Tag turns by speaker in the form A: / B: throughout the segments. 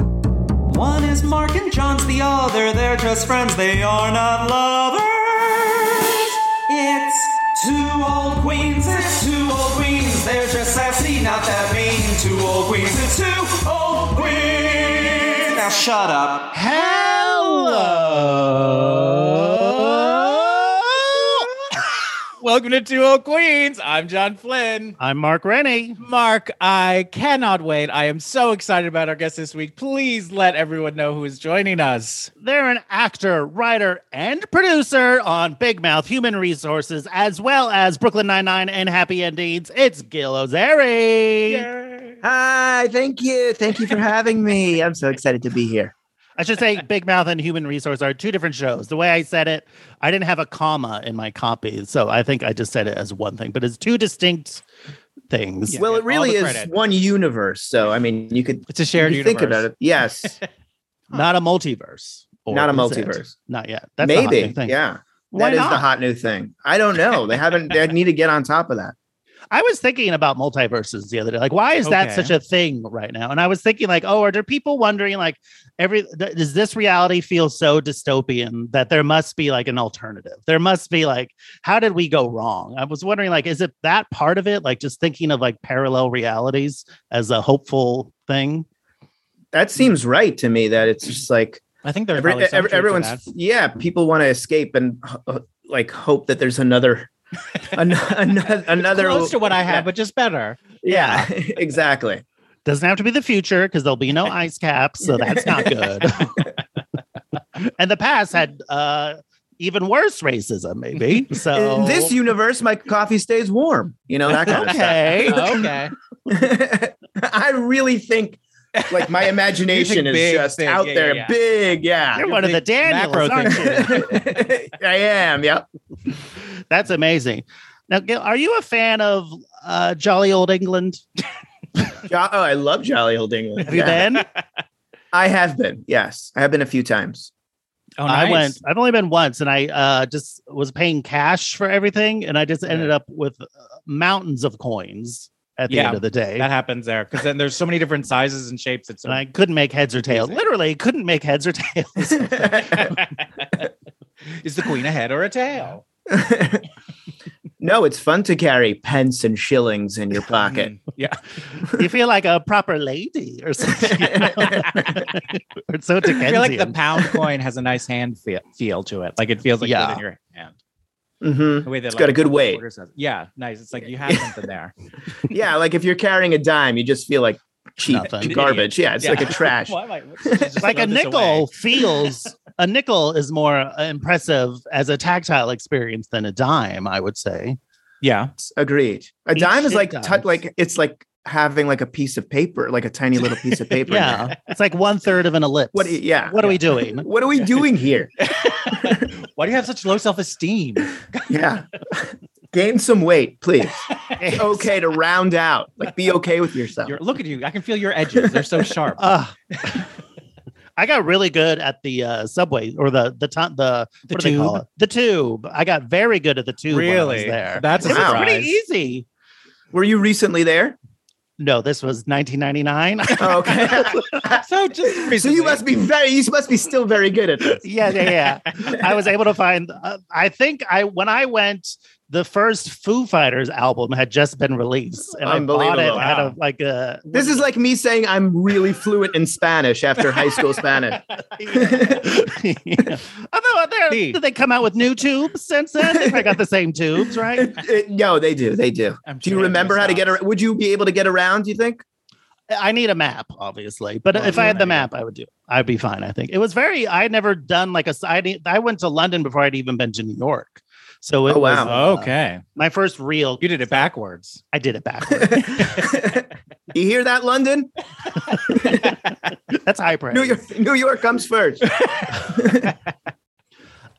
A: One is Mark and John's the other. They're just friends, they are not lovers. It's two old queens, it's two old queens. They're just sassy, not that mean. Two old queens, it's two old queens. Now shut up.
B: Hello. Welcome to Two Old Queens. I'm John Flynn.
C: I'm Mark Rennie.
B: Mark, I cannot wait. I am so excited about our guest this week. Please let everyone know who is joining us.
C: They're an actor, writer, and producer on Big Mouth Human Resources, as well as Brooklyn Nine-Nine and Happy Endings. It's Gil Ozeri.
D: Hi, thank you. Thank you for having me. I'm so excited to be here.
C: I should say Big Mouth and Human Resource are two different shows. The way I said it, I didn't have a comma in my copy, so I think I just said it as one thing, but it's two distinct things.
D: well,
B: all
D: it really
B: the
D: is
B: credit.
D: one universe. So, I mean, you could
B: It's a shared
D: you could
B: universe.
D: think about it. Yes,
C: Not a multiverse. or
D: not a
C: is it?
D: multiverse.
C: Not yet. That's the hot
D: Maybe.
C: new thing.
D: Yeah.
C: Why
D: that is
C: not?
D: the hot new thing. I don't know. They haven't, they need to get on top of that.
C: I was thinking about multiverses the other day. Like, why is that
B: Okay.
C: such a thing right now? And I was thinking, like, oh, are there people wondering, like, every th- does this reality feel so dystopian that there must be like an alternative? There must be like, how did we go wrong? I was wondering, like, is it that part of it? Like, just thinking of like parallel realities as a hopeful thing.
D: That seems right to me that it's just like
B: I think Hmm. there's
D: every-
B: probably some
D: every-
B: truth to
D: everyone's,
B: that.
D: yeah, people want to escape and uh, like hope that there's another, an- an- another,
B: close to what I had,
D: Yeah.
B: but just better.
D: Yeah, exactly.
C: Doesn't have to be the future because there'll be no ice caps, so that's not good. and the past had uh even worse racism, maybe. So
D: In this universe, my coffee stays warm. You know that kind
C: okay.
B: Oh, Okay.
D: of stuff. I really think, like my imagination is
B: big,
D: just
B: big,
D: out
B: yeah,
D: there,
B: yeah, yeah.
D: big. Yeah,
C: You're one of the
B: big macro
C: Daniels, aren't
B: thinker.
C: you?
D: I am. Yep.
C: That's amazing. Now, Gil, are you a fan of uh, Jolly Old England?
D: Jo- oh, I love Jolly Old England.
C: Have you
D: Yeah.
C: been?
D: I have been. Yes, I have been a few times.
B: Oh,
C: I went. I've only been once, and I uh, just was paying cash for everything, and I just ended up with uh, mountains of coins at the
B: Yeah,
C: end of the day.
B: That happens there because then there's so many different sizes and shapes. It's
C: and I couldn't make heads or tails.
B: Amazing.
C: Literally, couldn't make heads or tails.
B: is the queen a head or a tail?
D: no, it's fun to carry pence and shillings in your pocket.
B: Mm, Yeah.
C: you feel like a proper lady or something. you know? or so
B: I feel like the
C: Dickensian.
B: pound coin has a nice hand fe- feel to it. Like it feels like
C: Yeah.
B: good in your hand.
D: hmm
B: The way that,
D: It's
B: like,
D: got a good
B: couple
D: weight.
B: quarters has- Yeah, nice. It's like you have something there.
D: Yeah, like if you're carrying a dime, you just feel like cheap
C: Nothing.
D: garbage. Yeah, it's
B: Yeah.
D: like a trash.
B: Why am I- just throw
C: like a
B: this
C: nickel
B: away.
C: feels a nickel is more uh, impressive as a tactile experience than a dime i would say
B: Yeah.
D: Agreed. A
C: Eat
D: dime is
C: shit
D: like
C: dimes.
D: tou- like it's like having like a piece of paper, like a tiny little piece of paper.
C: yeah it's like one third of an ellipse
D: What? Yeah.
C: what are we doing
D: What are we doing here?
B: Why do you have such low self esteem?
D: Yeah. gain some weight, please. It's okay to round out. Like, be okay with yourself.
B: You're, look at you. I can feel your edges. They're so sharp.
C: Uh, I got really good at the uh, subway or the the ton the,
B: The
C: what do they call
B: tube?
C: it? The tube. I got very good at the tube. when I was
B: Really?
C: there.
B: That's
C: it
B: a
C: was
B: surprise.
C: pretty easy.
D: Were you recently there?
C: No, this was 1999.
D: Oh, okay.
B: so just
D: so you
B: recently-
D: must be very. You must be still very good at this.
C: yeah, yeah, yeah. I was able to find. Uh, I think I when I went, the first Foo Fighters album had just been released, and I bought it
D: Unbelievable.
C: at a
B: Wow.
C: like uh, a.
D: This is like me saying I'm really fluent in Spanish after high school Spanish.
C: yeah. Although uh, they're-
B: See.
C: did they come out with new tubes since then? I got the same tubes, right?
D: It- no, they do. They do.
B: I'm
D: Do you
B: sure it
D: remember how to
B: sounds-
D: get around? Would you be able to get around? Do you think?
C: I need a map, obviously. But
B: Well,
C: if I
B: yeah,
C: had the
B: there you
C: map, I would do. it. I'd be fine. I think it was very. I had never done like a. I didn't- I went to London before I'd even been to New York. So it
D: Oh,
C: was,
D: wow.
C: uh,
B: Okay.
C: my first real.
B: You did it backwards.
C: I did it backwards.
D: you hear that, London?
C: That's high praise.
D: New York, New York comes first.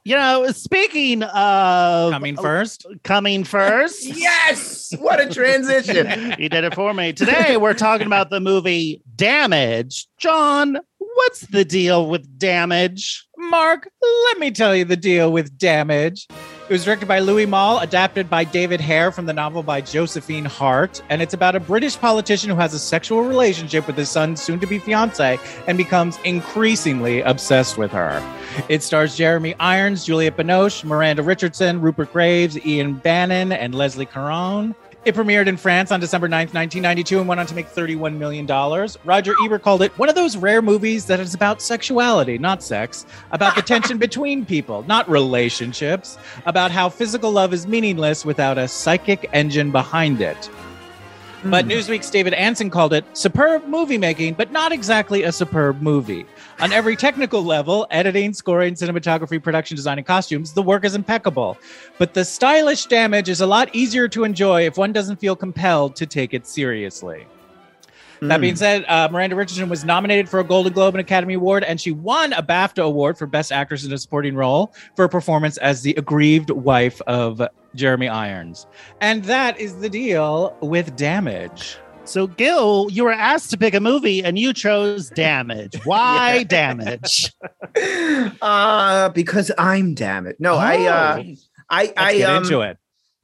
C: You know, speaking
D: Oh,
C: of
B: Coming first.
C: coming first,
D: yes, what a transition!
C: you did it for me. Today, we're talking about the movie Damage. John, what's the deal with Damage?
B: Mark, let me tell you the deal with Damage. It was directed by Louis Malle, adapted by David Hare from the novel by Josephine Hart, and it's about a British politician who has a sexual relationship with his son's soon to be fiance and becomes increasingly obsessed with her. It stars Jeremy Irons, Juliette Binoche, Miranda Richardson, Rupert Graves, Ian Bannon, and Leslie Caron. It premiered in France on December 9th, 1992, and went on to make $31 million. Roger Ebert called it one of those rare movies that is about sexuality, not sex, about the tension between people, not relationships, about how physical love is meaningless without a psychic engine behind it. But Newsweek's David Anson called it superb movie making, but not exactly a superb movie. On every technical level, editing, scoring, cinematography, production design, and costumes, the work is impeccable. But the stylish damage is a lot easier to enjoy if one doesn't feel compelled to take it seriously. That
C: Mm.
B: being said, uh, Miranda Richardson was nominated for a Golden Globe and Academy Award, and she won a BAFTA Award for Best Actress in a Supporting Role for a performance as the aggrieved wife of Jeremy Irons. And that is the deal with Damage.
C: So, Gil, you were asked to pick a movie and you chose Damage. Why Damage?
D: uh, because I'm damaged. No,
B: Oh.
D: I, uh, I,
B: Let's
D: I,
B: get
D: um,
B: into it.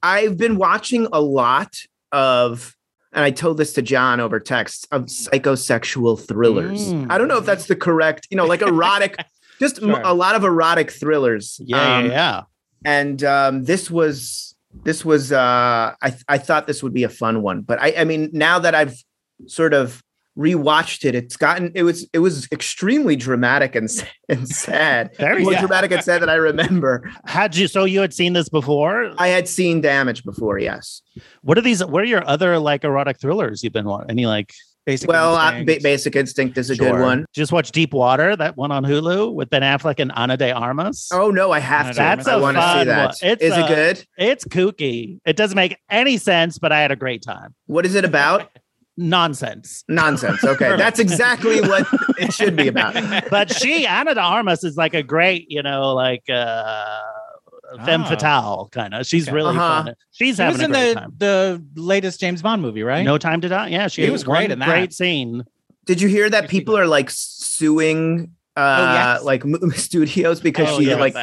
D: I've been watching a lot of, and I told this to John over text of
B: Mm.
D: psychosexual thrillers.
C: Mm.
D: I don't know if that's the correct, you know, like erotic, just m-
B: Sure.
D: a lot of erotic thrillers.
C: Yeah,
D: Um,
C: yeah, yeah.
D: and um, this was this was uh, I I thought this would be a fun one, but I I mean now that I've sort of rewatched it, it's gotten it was it was extremely dramatic and s- and sad,
C: Very
D: more
C: sad.
D: dramatic and sad that I remember.
C: Had you so you had seen this before?
D: I had seen damage before, yes.
C: What are these? What are your other like erotic thrillers you've been watching? Any like
B: Basic
D: well, uh, ba-
B: Instincts.
D: Basic Instinct is a
C: Sure.
D: good one.
C: Just watch Deep Water, that one on Hulu with Ben Affleck and Ana de Armas.
D: Oh no, I have to.
C: That's
D: I
C: a
D: want to see
C: fun
D: that.
C: one.
D: Is
C: It's uh,
D: it
C: a-
D: good?
C: It's kooky. It doesn't make any sense, but I had a great time.
D: What is it about?
C: Nonsense.
D: Nonsense. Okay, that's exactly what it should be about.
C: But she, Anna de Armas, is like a great, you know, like uh femme
B: Ah.
C: fatale kind of. She's
B: Okay.
C: really
D: Uh-huh.
C: fun. She's
B: She
C: having
B: was
C: a
B: in
C: great
B: the,
C: time.
B: the latest James Bond movie, right?
C: No time to die. Yeah, she
B: He
C: had
B: was great
C: one
B: in that.
C: Great scene.
D: Did you hear that
B: Excuse
D: people
B: me.
D: are like suing uh
B: yes.
D: like m- studios because
C: Oh,
D: she
C: yeah.
D: like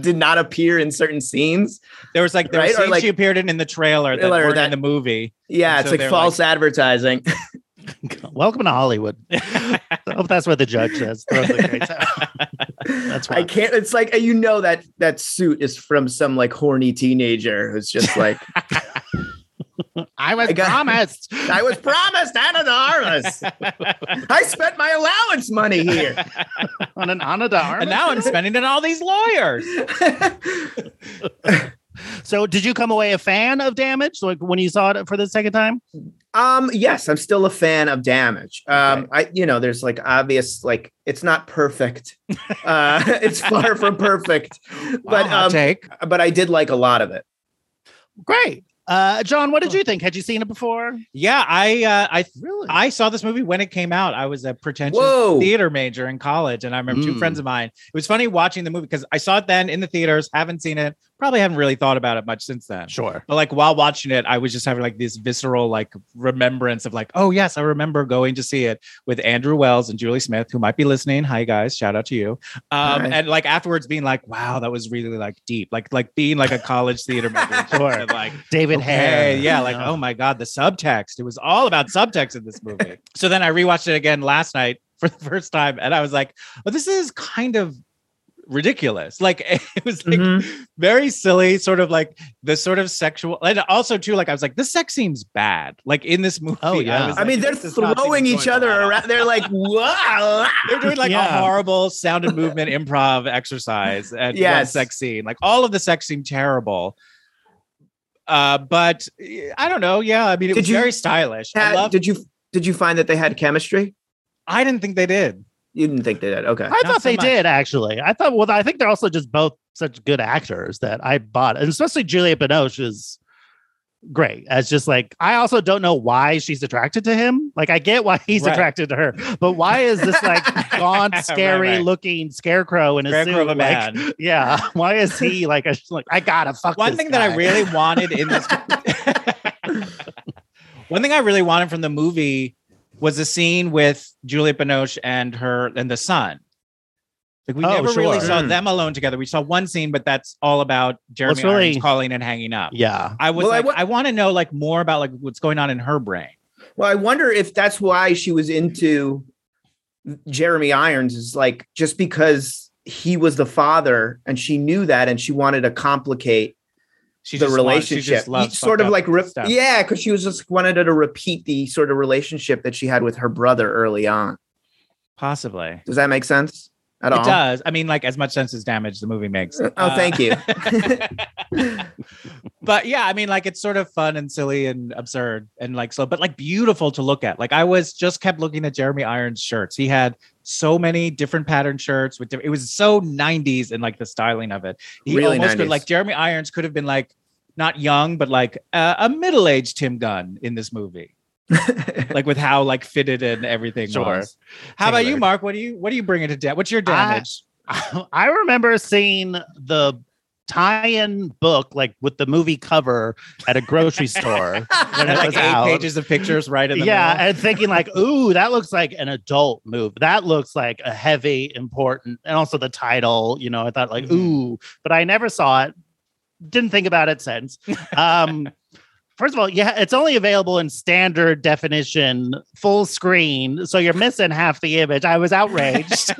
D: did not appear in certain scenes?
B: There was like, there
D: Right?
B: was
D: Or,
B: scenes
D: like-
B: she appeared in in the trailer that
D: Trailer
B: weren't
D: that-
B: in the movie.
D: Yeah,
B: And
D: it's
B: so
D: like
B: they're
D: false advertising.
C: Welcome to Hollywood. I hope that's what the judge says. Throw the great time. That's
D: I
C: why.
D: can't it's like you know that that suit is from some like horny teenager who's just like
C: I was
D: I got-
C: promised.
D: I was promised Anna de Armas. I spent my allowance money here.
C: on an Anna de Armas.
B: And now I'm spending it on all these lawyers.
C: so did you come away a fan of Damage? Like when you saw it for the second time?
D: Um, yes, I'm still a fan of damage. Um,
C: Okay.
D: I, you know, there's like obvious, like it's not perfect. Uh, it's far from perfect, but,
B: Wow, hot
D: um,
B: take.
D: but I did like a lot of it.
C: Great. Uh, John, what did you think? Had you seen it before?
B: Yeah, I uh, I
C: Really?
B: I saw this movie when it came out. I was a pretentious
D: Whoa.
B: theater major in college, and I remember two
C: Mm.
B: friends of mine. It was funny watching the movie because I saw it then in the theaters, haven't seen it, Probably haven't really thought about it much since then.
C: Sure.
B: But like while watching it, I was just having like this visceral like remembrance of like, oh yes, I remember going to see it with Andrew Wells and Julie Smith, who might be listening. Hi guys, shout out to you. Um,
D: Hi.
B: and like afterwards, being like, wow, that was really like deep, like like being like a college theater movie,
C: Sure.
B: And, like
C: David Hare.
B: Okay, yeah,
C: you
B: like
C: know.
B: oh my god, the subtext. It was all about subtext in this movie. so then I rewatched it again last night for the first time, and I was like, oh, this is kind of ridiculous. Like it was like
C: Mm-hmm.
B: very silly, sort of like the sort of sexual, and also too, like I was like, this sex seems bad. Like in this movie,
C: Oh, yeah.
B: was
D: I mean,
B: like,
D: they're
B: this is not
D: throwing
B: even
D: each
B: going
D: other
B: on.
D: around. They're like, wow.
B: They're doing like
C: Yeah.
B: a horrible sound and movement improv exercise at one
D: Yes.
B: sex scene. Like all of the sex seemed terrible. Uh, but eh, I don't know. Yeah, I mean, it
D: Did
B: was
D: you-
B: very stylish. I
D: Had-
B: love.
D: did you did you find that they had chemistry?
B: I didn't think they did.
D: You didn't think they did. Okay.
C: I
B: Not
C: thought
B: so
C: they
B: much.
C: did actually. I thought well, I think they're also just both such good actors that I bought, and especially Juliette Binoche is great as just like I also don't know why she's attracted to him. Like I get why he's
B: Right.
C: attracted to her, but why is this like gaunt,
B: Right,
C: scary
B: right.
C: looking scarecrow in a
B: Scarecrow
C: suit?
B: of a
C: like,
B: man.
C: Yeah, why is he like? A, like I gotta fuck.
B: One
C: this
B: thing that I
C: guy.
B: really wanted in this. One thing I really wanted from the movie was a scene with Juliette Binoche and her and the son. Like we
C: Oh,
B: never really
C: sure.
B: saw
D: Mm.
B: them alone together. We saw one scene, but that's all about Jeremy
C: really-
B: Irons calling and hanging up.
C: yeah.
B: I was
D: Well, I
B: like, I
D: wa-
B: want to know like more about like what's going on in her brain.
D: Well, I wonder if that's why she was into Jeremy Irons is like just because he was the father and she knew that and she wanted to complicate
B: She
D: the
B: just wants- she
D: relationship.
B: just loves
D: sort of
B: fucked
D: like
B: up
D: re-
B: stuff.
D: yeah, because she was just wanted to repeat the sort of relationship that she had with her brother early on.
B: possibly.
D: Does that make sense at all?
B: It does. I mean, like as much sense as damage the movie makes.
D: uh-huh. Oh,
B: Uh,
D: thank you.
B: but yeah, I mean, like it's sort of fun and silly and absurd and like so, but like beautiful to look at. Like I was just kept looking at Jeremy Irons shirts. He had so many different pattern shirts with different, it was so 90s and like the styling of it. He
D: Really
B: almost could
D: 90s.
B: like Jeremy Irons could have been like not young, but like uh, a middle aged Tim Gunn in this movie. like with how like fitted and everything
C: Sure.
B: was. How about you,
C: Tailored.
B: Mark? What do you what do you bring into debt? What's your damage?
C: I remember seeing the tie-in book like with the movie cover at a grocery store when it
B: like
C: was
B: eight
C: out.
B: pages of pictures right in the
C: yeah,
B: middle.
C: and thinking like, ooh, that looks like an adult move. That looks like a heavy, important, and also the title. You know, I thought like,
B: Mhm.
C: ooh, but I never saw it. Didn't think about it since. Um, first of all, yeah, it's only available in standard definition, full screen, so you're missing half the image. I was outraged.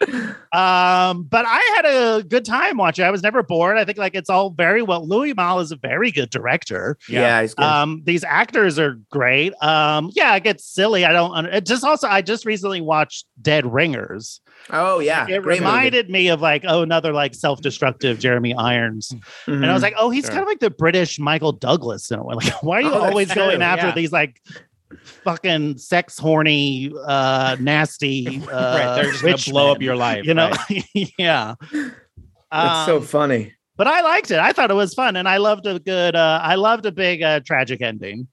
C: Um, but I had a good time watching. I was never bored. I think like it's all very well. Louis Mal is a very good director.
D: yeah, he's
B: Uh,
D: good.
C: Um, these actors are great. Um, yeah, it gets silly. I don't. un- It just also I just recently watched Dead Ringers.
D: oh
B: Ah,
D: yeah,
C: It
D: great movie.
C: reminded me of like oh another like self destructive Jeremy Irons, and I was
D: Mhm.
C: like oh he's
B: Mm-hmm. Sure.
C: kind of like the British Michael Douglas in a way. Like why are you
D: Oh, that's
C: always going
D: true,
C: after
B: yeah.
C: these like fucking sex horny uh nasty uh,
B: right, they're just gonna
C: rich
B: blow up
C: men?
B: your life.
C: you know
B: right?
C: yeah
D: That's so
C: Um,
D: funny.
C: but i liked it i thought it was fun and i loved a good uh i loved a big uh tragic ending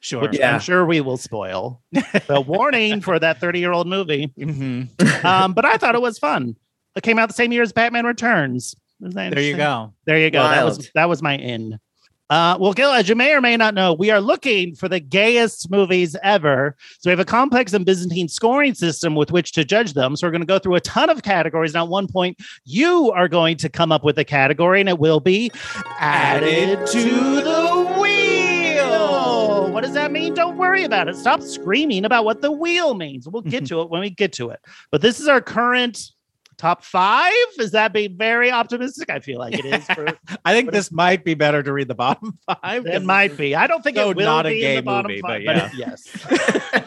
B: sure.
C: which
D: Yeah.
C: i'm sure we will spoil the warning for that 30 year old movie
B: Mhm.
C: um but i thought it was fun it came out the same year as batman returns Isn't that
B: There you
C: interesting?
B: go.
C: there you go that was
D: Wild.
C: that was my end uh, well, Gil, as you may or may not know, we are looking for the gayest movies ever. So we have a complex and Byzantine scoring system with which to judge them. So we're going to go through a ton of categories. And at one point, you are going to come up with a category, and it will be added to the wheel. What does that mean? Don't worry about it. Stop screaming about what the wheel means. We'll get to it when we get to it. But this is our current top five. Is that being very optimistic? I feel like it is. For,
B: I think this might be better to read the bottom five.
C: it might be. I don't think
B: so
C: it will
B: not a
C: be in
B: gay
C: the bottom
B: movie,
C: five,
B: but
C: it- yes.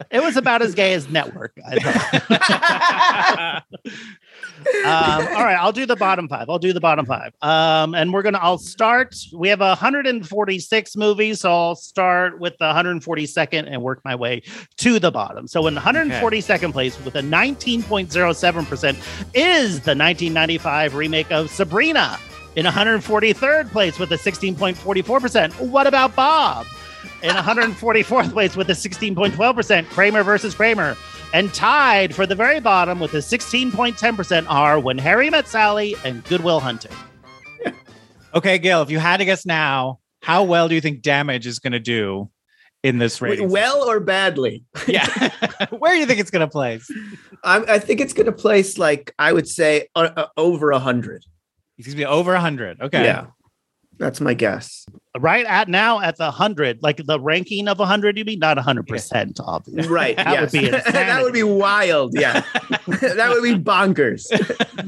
C: it was about as gay as Network. I thought. Um, all right, I'll do the bottom five. I'll do the bottom five. Um, and we're gonna. I'll start. We have 146 movies, so I'll start with the 142nd and work my way to the bottom. So in 142nd place with a 19.07 percent is the 1995 remake of Sabrina. In 143rd place with a 16.44%. What about Bob? In 144th place with a 16.12%, Kramer versus Kramer. And tied for the very bottom with a 16.10% are When Harry Met Sally and Goodwill Hunting.
B: Okay, Gail, if you had to guess now, how well do you think damage is going to do in this
D: Wait,
B: rating?
D: well or badly?
B: yeah. Where do you think it's going to place?
D: I, I think it's going to place like I would say uh, uh, over a hundred.
B: Excuse me, over 100. Okay.
D: Yeah, that's my guess.
C: Right at now at the 100, like the ranking of 100, you mean? Not 100%, obviously.
D: Right.
C: That would
D: yes.
C: be
D: that would be wild. Yeah, that would be bonkers.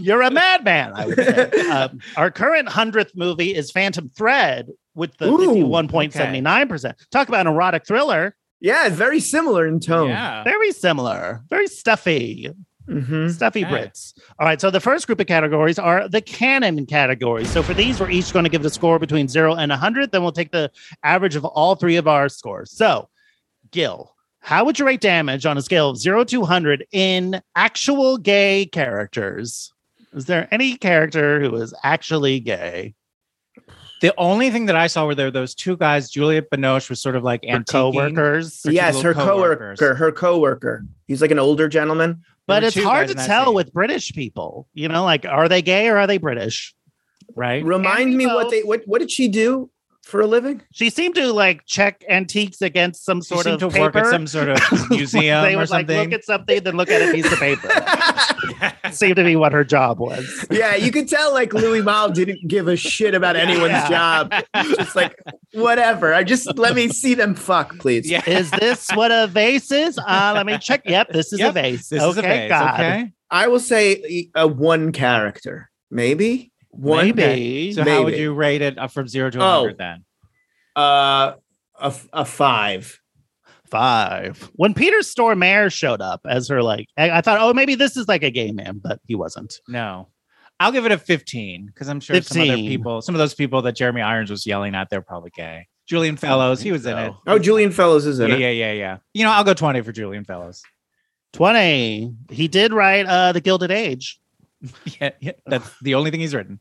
C: You're a madman, I would say. um, our current 100th movie is Phantom Thread with the
D: Ooh,
C: 51.79%. Talk about an erotic thriller.
D: Yeah, very similar in tone.
B: Yeah.
C: Very similar, very stuffy.
D: Mhm.
C: Stuffy
B: Okay.
C: Brits. All right. So the first group of categories are the canon categories. So for these, we're each going to give it a score between zero and 100. Then we'll take the average of all three of our scores. So, Gil, how would you rate damage on a scale of zero to 100 in actual gay characters? Is there any character who is actually gay?
B: The only thing that I saw were there those two guys, Juliet Binoche was sort of like
C: Your
B: antiquing.
C: coworkers?
B: Her two
D: Yes,
B: little
D: her
B: coworkers.
D: coworker. Her coworker. He's like an older gentleman.
C: But
B: were
C: it's
B: two
C: hard
B: guys
C: to
B: in that
C: tell
B: scene.
C: with British people. You know, like, are they gay or are they British?
B: Right.
D: Remind
C: And
D: me
C: we
D: what
C: both-
D: they what what did she do for a living?
C: She seemed to like check antiques against some
B: She
C: sort
B: seemed
C: of
B: to
C: paper.
B: work at some sort of museum
C: they
B: or
C: would like
B: something.
C: look at something, then look at a piece of paper. Seemed to be what her job was.
D: yeah, you could tell like Louis Mal didn't give a shit about anyone's
C: Yeah.
D: job. Just like whatever. I just let me see them fuck, please.
B: yeah.
C: Is this what a vase is? Uh, let me check. Yep, this is
B: Yep,
C: a vase.
B: This
C: okay,
B: is a phase,
C: God.
B: okay?
D: I will say a one character, maybe one.
C: Maybe.
B: So how would
D: Maybe.
B: you rate it uh, from 0 to
D: Oh.
B: 100 then?
D: Uh, a a five.
C: Five. When Peter Stormare showed up as her, like, I, I thought, oh, maybe this is like a gay man, but he wasn't.
B: No. I'll give it a 15 because I'm sure some other
C: 15.
B: people, some of those people that Jeremy Irons was yelling at, they're probably gay. Julian Fellows, he was in it.
D: Oh, Julian Fellows is in
B: Yeah,
D: it.
B: yeah, yeah, yeah. You know, I'll go 20 for Julian Fellows.
C: 20. He did write uh, The Gilded Age,
B: Yeah, yeah, that's the only thing he's written.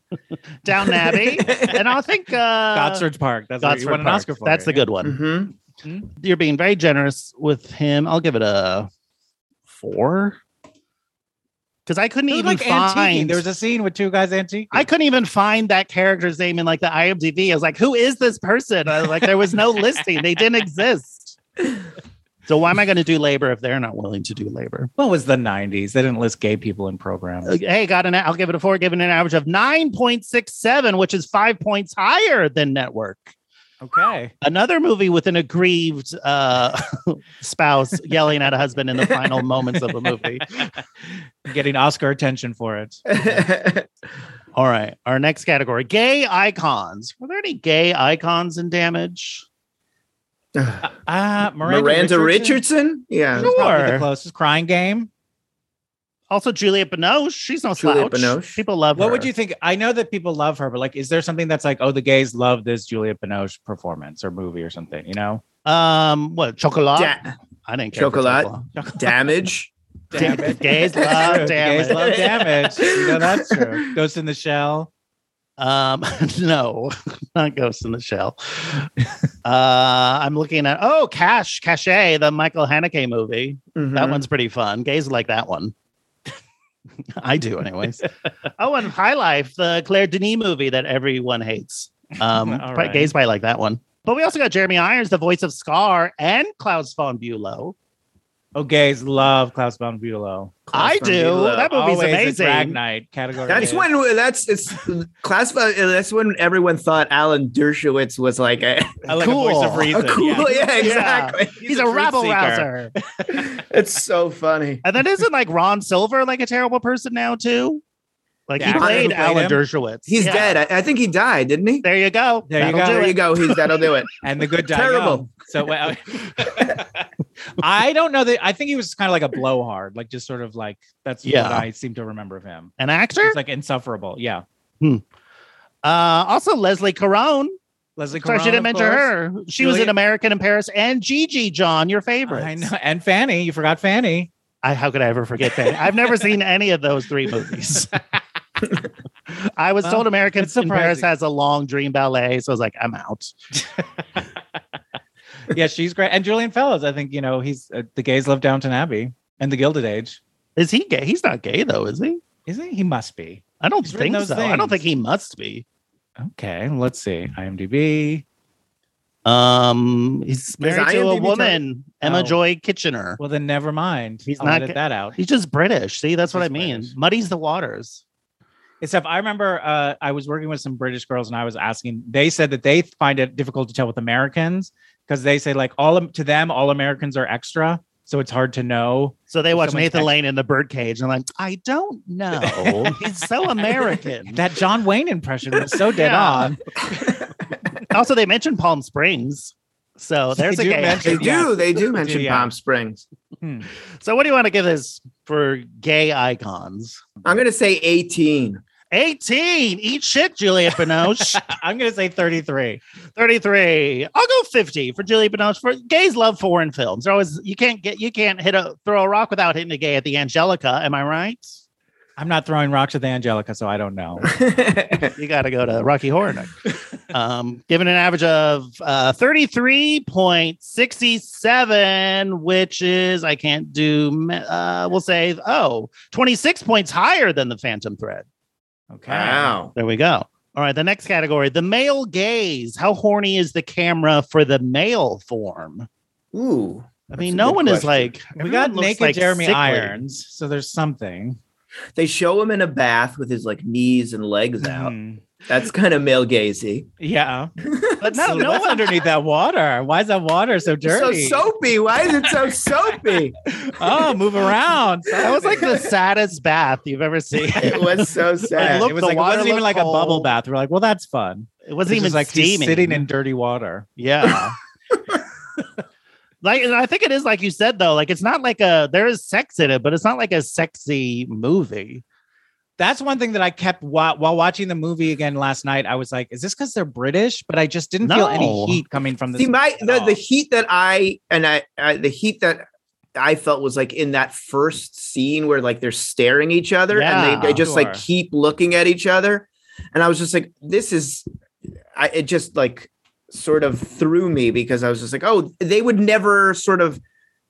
C: Down Abbey. and I think uh,
B: Godsurge Park. That's what he
C: Gosford
B: won an
C: Park.
B: Oscar for.
C: That's the
B: yeah.
C: good one.
D: Mhm.
C: You're being very generous with him. I'll give it a four. Because I couldn't
B: It was
C: even
B: like antiquing.
C: find
B: There was a scene with two guys antiquing.
C: I couldn't even find that character's name in like the IMDb. I was like, who is this person? I was like, there was no listing. They didn't exist. So why am I going to do labor if they're not willing to do labor?
B: what was the 90s? They didn't list gay people in programs.
C: Uh, Hey, got an. I'll give it a four, giving it an average of nine point six seven, which is five points higher than Network.
B: Okay.
C: Another movie with an aggrieved uh, spouse yelling at a husband in the final moments of a movie.
B: Getting Oscar attention for it.
C: All right. Our next category gay icons. Were there any gay icons in damage?
B: Uh, Miranda,
D: Miranda, Richardson? Yeah.
B: She's probably the
C: Sure.
B: closest crying game.
C: Also, Juliet Binoche. She's no
D: Juliette
C: slouch.
D: Binoche.
C: People love her.
B: What would you think? I know that people love her, but like, is there something that's like, oh, the gays love this Juliet Binoche performance or movie or something, you know?
C: Um, what chocolate?
D: Da-
C: I didn't care. for
D: Chocolat. damage.
C: Damn- gays love
B: True, the
C: damage.
B: Gays love damage. You know, that's true. Ghost in the Shell.
C: Um, no, not Ghost in the Shell. uh, I'm looking at oh, Cash, Cache, the Michael Haneke movie. That
B: Mm-hmm.
D: Mhm.
C: one's pretty fun. Gays like that one. I do, anyways. oh, and High Life, the Claire Denis movie that everyone hates. Um,
B: All
C: pri-
B: right.
C: Gays probably like that one. But we also got Jeremy Irons, the voice of Scar, and Klaus von Bülow.
B: Oh, gays love Klaus von Bülow.
D: Klaus
C: I
D: von
C: do.
D: Bülow.
C: That movie's
B: Always
C: amazing.
B: A drag night category.
D: That's
B: is.
D: when that's it's classified. uh, That's when everyone thought Alan Dershowitz was like a,
B: I like a voice of
C: Cool.
D: a
B: reason.
D: cool.
B: yeah.
D: Yeah, exactly.
C: He's, a, rabble
B: seeker.
C: rouser.
D: It's so funny.
C: And then isn't like Ron Silver like a terrible person now too? Like
B: The
C: he
B: actor who
C: played
B: played
C: Alan
B: him?
C: Dershowitz.
D: He's
C: Yeah.
D: dead. I, I think he died, didn't he?
C: There you go.
B: There you
C: That'll
B: go.
C: do
D: There you
C: it.
D: go. He's that'll do it.
B: and the good die
D: Terrible.
B: young. So well, I don't know that. I think he was kind of like a blowhard, like just sort of like that's
C: Yeah.
B: what I seem to remember of him.
C: An actor.
B: He's like insufferable. Yeah,
C: Uh, also Leslie Caron. Sorry,
B: Leslie. Caron,
C: she didn't
B: of
C: mention
B: course.
C: her. She was
B: Juliet-
C: an American in Paris and Gigi John, your favorite.
B: I know, and Fanny. You forgot Fanny.
C: I, how could I ever forget that? I've never seen any of those three movies. I was
B: Well,
C: told
B: it's
C: Americans in Paris
B: surprising.
C: has a long dream ballet, so I was like, I'm out.
B: Yeah, she's great. And Julian Fellows. I think you know he's uh, the gays love Downton Abbey. and the Gilded Age.
C: Is he gay? He's not gay though, is he?
B: Is he? He must be.
C: I don't
B: He's written
C: think
B: those
C: so. I don't
B: things.
C: think he must be.
B: Okay, let's see. IMDb.
C: Um, he's married to a
D: IMDb tell-
C: woman, Emma
B: Oh.
C: Joy Kitchener.
B: Well, then never mind.
C: He's
B: I'll
C: not
B: edit
C: ga-
B: that out.
C: He's just British. See, that's what
B: He's
C: I mean.
B: British.
C: Muddies the waters.
B: Except I remember uh, I was working with some British girls and I was asking, they said that they find it difficult to tell with Americans because they say, like, all to them, all Americans are extra. So it's hard to know.
C: So they
B: If
C: watch
B: someone's
C: Nathan
B: ex-
C: Lane in the birdcage, and I'm like, I don't know. He's so American.
B: That John Wayne impression was so dead
C: Yeah.
B: on.
C: also, they mentioned Palm Springs. So Oh, there's
B: They
C: a
B: do
C: gay.
B: mention-
D: They do. They do mention
B: yeah.
D: Palm Springs.
B: Hmm.
C: So what do you want to give this for gay icons?
D: I'm gonna say 18.
C: 18. Eat shit, Juliette Binoche.
B: I'm going to say 33.
C: 33. I'll go 50 for Julie Binoche. For gays love foreign films. They're always you can't get you can't hit a throw a rock without hitting a gay at the Angelica. Am I right?
B: I'm not throwing rocks at the Angelica, so I don't know.
C: You got to go to Rocky Horror Night. um, given an average of uh, 33.67, which is I can't do. ma- Uh, we'll say oh 26 points higher than the Phantom Thread.
B: Okay.
D: wow.
C: There we go. All right, the next category, the male gaze. How horny is the camera for the male form?
D: Ooh.
C: I
D: That's
C: mean,
D: a
C: no
D: good
C: one is
D: question.
C: like
B: We got
C: everyone looks
B: naked
C: like
B: Jeremy
C: sickly.
B: Irons, so there's something.
D: They show him in a bath with his like knees and legs out.
B: Mhm.
D: That's kind of male gazy.
B: Yeah,
C: But no,
B: So
C: no
B: what's
C: one.
B: underneath that water? Why is that water so dirty?
D: It's so soapy. Why is it so soapy?
B: oh, move around.
C: That was like the saddest bath you've ever seen.
D: it was so sad.
C: look-
B: it was
C: the
B: like it
C: water
B: wasn't even
C: looked
B: like a bubble
C: cold.
B: bath. We're like, well, that's fun.
C: It wasn't
B: It's
C: even
B: just like he's
C: steaming.
B: sitting in dirty water.
C: yeah. like, and I think it is like you said though. Like, it's not like a there is sex in it, but it's not like a sexy movie.
B: That's one thing that I kept while, while watching the movie again last night. I was like, is this because they're British? But I just didn't feel any
C: No.
B: heat coming from this.
D: See, my
B: at
D: the,
B: all.
D: the heat that I and I, I the heat that I felt was like in that first scene where like they're staring each other and they,
C: Yeah,
D: they just like
B: sure.
D: keep looking at each other. And I was just like, this is I it just like sort of threw me because I was just like, oh, they would never sort of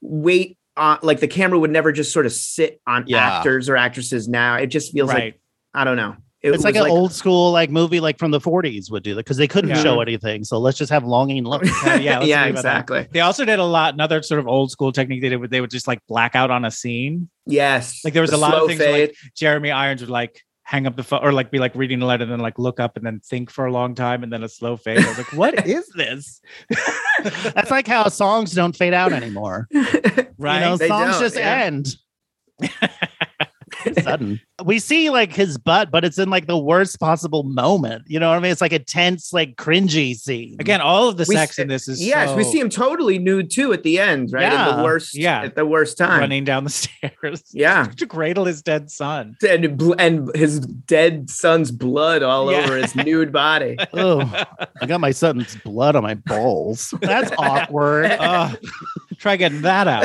D: wait on like the camera would never just sort of sit on
C: Yeah.
D: actors or actresses now. It just feels
B: right.
D: like I don't know. It
C: it's like an
D: was
C: old school like movie like from the 40s would do that because they couldn't
B: Yeah.
C: show anything. So let's just have longing looks.
B: Uh, yeah,
D: yeah,
B: let's leave it at that.
D: exactly.
B: They also did a lot another sort of old school technique they did. They would just like black out on a scene.
D: Yes.
B: Like, there was
D: The
B: a lot of
D: slow
B: things where, like, Jeremy Irons would like hang up the phone or like be like reading a letter and then like look up and then think for a long time and then a slow fade. I was like, what is this?
C: That's like how songs don't fade out anymore. You
B: Right.
C: know,
D: They
C: songs
D: don't,
C: just
D: yeah.
C: end. It's sudden. We see like his butt, but it's in like the worst possible moment. You know what I mean? It's like a tense, like cringy scene.
B: Again, all of the
D: We
B: sex
D: see-
B: in this is
D: yes, we
B: so
D: see him totally nude too at the end, right? At
C: Yeah,
D: the worst,
B: yeah.
D: at the worst time.
B: running down the stairs
D: Yeah,
B: to cradle his dead son.
D: and bl- and his dead son's blood all
B: Yeah.
D: over his nude body.
C: oh, I got my son's blood on my balls. That's awkward.
B: Ugh. try getting that out.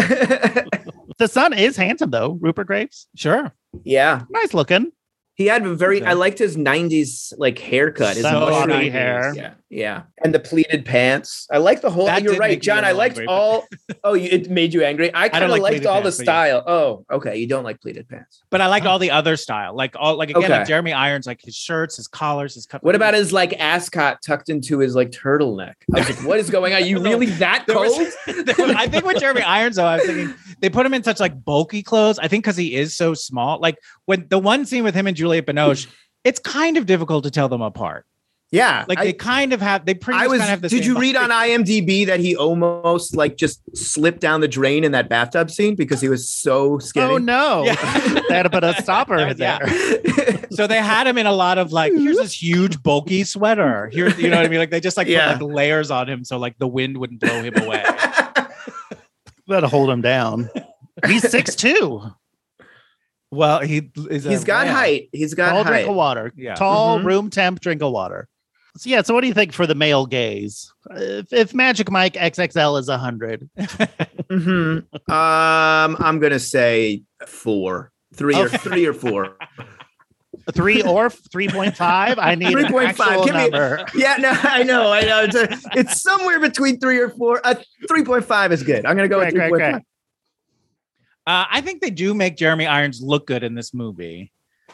C: The son is handsome though. Rupert Graves,
B: Sure.
D: yeah,
C: nice looking.
D: he had a very.
B: Okay.
D: I liked his '90s like haircut, his
C: So
D: mushroom-
C: naughty hair.
D: Yeah, yeah, and the pleated pants. I like the whole.
B: That
D: you're
B: did
D: right,
B: make me a
D: John. I
B: little
D: liked
B: angry, but-
D: all. Oh, you, it made you angry. I kind of
B: like
D: liked
B: pleated
D: all
B: pants,
D: the
B: but yeah.
D: style. Oh, okay. You don't like pleated pants.
B: But I liked all the other style. Like all like again, like
D: Okay.
B: Jeremy Irons, like his shirts, his collars, his cup.
D: What about his like ascot tucked into his like turtleneck? I was like, what is going on? You
B: No,
D: really that
B: there was-
D: cold?
B: I think with Jeremy Irons, though, I was thinking they put him in such like bulky clothes. I think because he is so small. Like when the one scene with him and Juliette Binoche, it's kind of difficult to tell them apart.
D: yeah.
B: Like
D: I,
B: they kind of have they pretty
D: I
B: much
D: was.
B: kind of have the
D: Did
B: same
D: you read on IMDb that he almost like just slipped down the drain in that bathtub scene because he was so skinny?
C: Oh no,
B: Yeah.
C: they had to put a stopper in
B: Yeah.
C: there.
B: So they had him in a lot of like, here's this huge bulky sweater. Here, you know what I mean? Like they just like
D: Yeah.
B: put like layers on him so like the wind wouldn't blow him away.
C: That'll hold him down. He's six two.
B: Well, he is. a
D: He's got
B: man.
D: height. He's got
C: Tall
D: height.
C: drink of water.
B: Yeah.
C: Tall
D: Mhm.
C: room temp drink of water. So yeah. So what do you think for the male gaze? If, if Magic Mike XXL is hundred,
D: Mhm. Um, I'm gonna say four, three or three or four.
C: three or three point five, I need three point
D: 3.5.
C: five
D: Give me-
C: number.
D: Yeah, no, I know, I know. It's, a, it's somewhere between three or four. Uh, three point five is good. I'm gonna go
C: Great,
D: with
C: great,
D: three point five.
C: great.
B: Uh, I think they do make Jeremy Irons look good in this movie.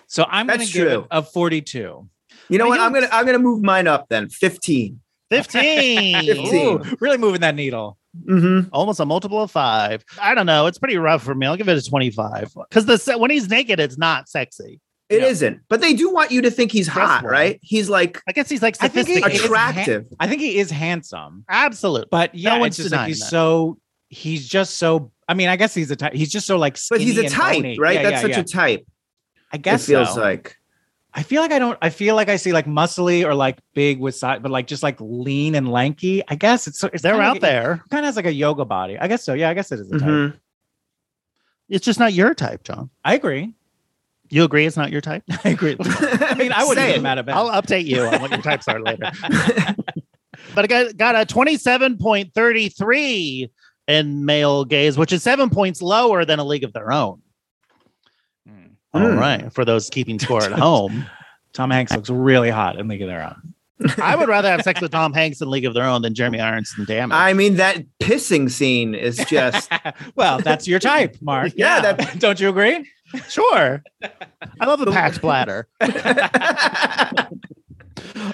B: So I'm going to
D: That's
B: give it
D: true.
B: a 42.
D: You know
C: Well, you-
D: what? I'm gonna I'm gonna move mine up then. 15
C: 15.
D: 15.
B: Ooh, really moving that needle.
D: Mm-hmm.
C: Almost a multiple of five. I don't know. It's pretty rough for me. I'll give it a 25. Because the se- when he's naked, it's not sexy.
D: It
B: Yeah.
D: not but they do want you to think he's
C: That's
D: hot,
C: why.
D: right? He's like
C: I guess he's like
B: I think he
C: sophisticated.
B: is
D: attractive.
B: I think he is handsome,
C: Absolutely.
B: but yeah,
C: one's
B: it's just like
C: denying
B: he's
C: that.
B: so he's just so. I mean, I guess he's a type. He's just so like,
D: But he's
B: skinny
D: a
B: and
D: type,
B: bony.
D: right?
B: Yeah,
D: That's
B: yeah,
D: such
B: yeah.
D: a type.
B: I
D: It
B: guess
D: feels
B: so.
D: like.
B: I feel like I don't. I feel like I see like muscly or like big with side, but like just like lean and lanky. I guess it's. so- it's
C: They're
B: kinda
C: out
B: like-
C: there. Mm-hmm.
B: Kind of has like a yoga body. I guess so. Yeah, I guess it is a type.
D: Mhm.
C: It's just not your type, John.
B: I agree.
C: You agree it's not your type?
B: I agree. I mean, I wouldn't
D: Say
B: get
D: it.
B: mad about it.
C: I'll update you on what your types are later. but I got, got a 27.33 in male gaze, which is seven points lower than a league of their own.
B: Mm.
C: All
D: Mm.
C: right. For those keeping score at home,
B: Tom Hanks looks really hot in League of Their Own.
C: I would rather have sex with Tom Hanks in League of Their Own than Jeremy Irons in Damage.
D: I mean, that pissing scene is just
B: well, that's your type, Mark.
D: Yeah,
B: don't you agree?
C: sure. I love a patch bladder.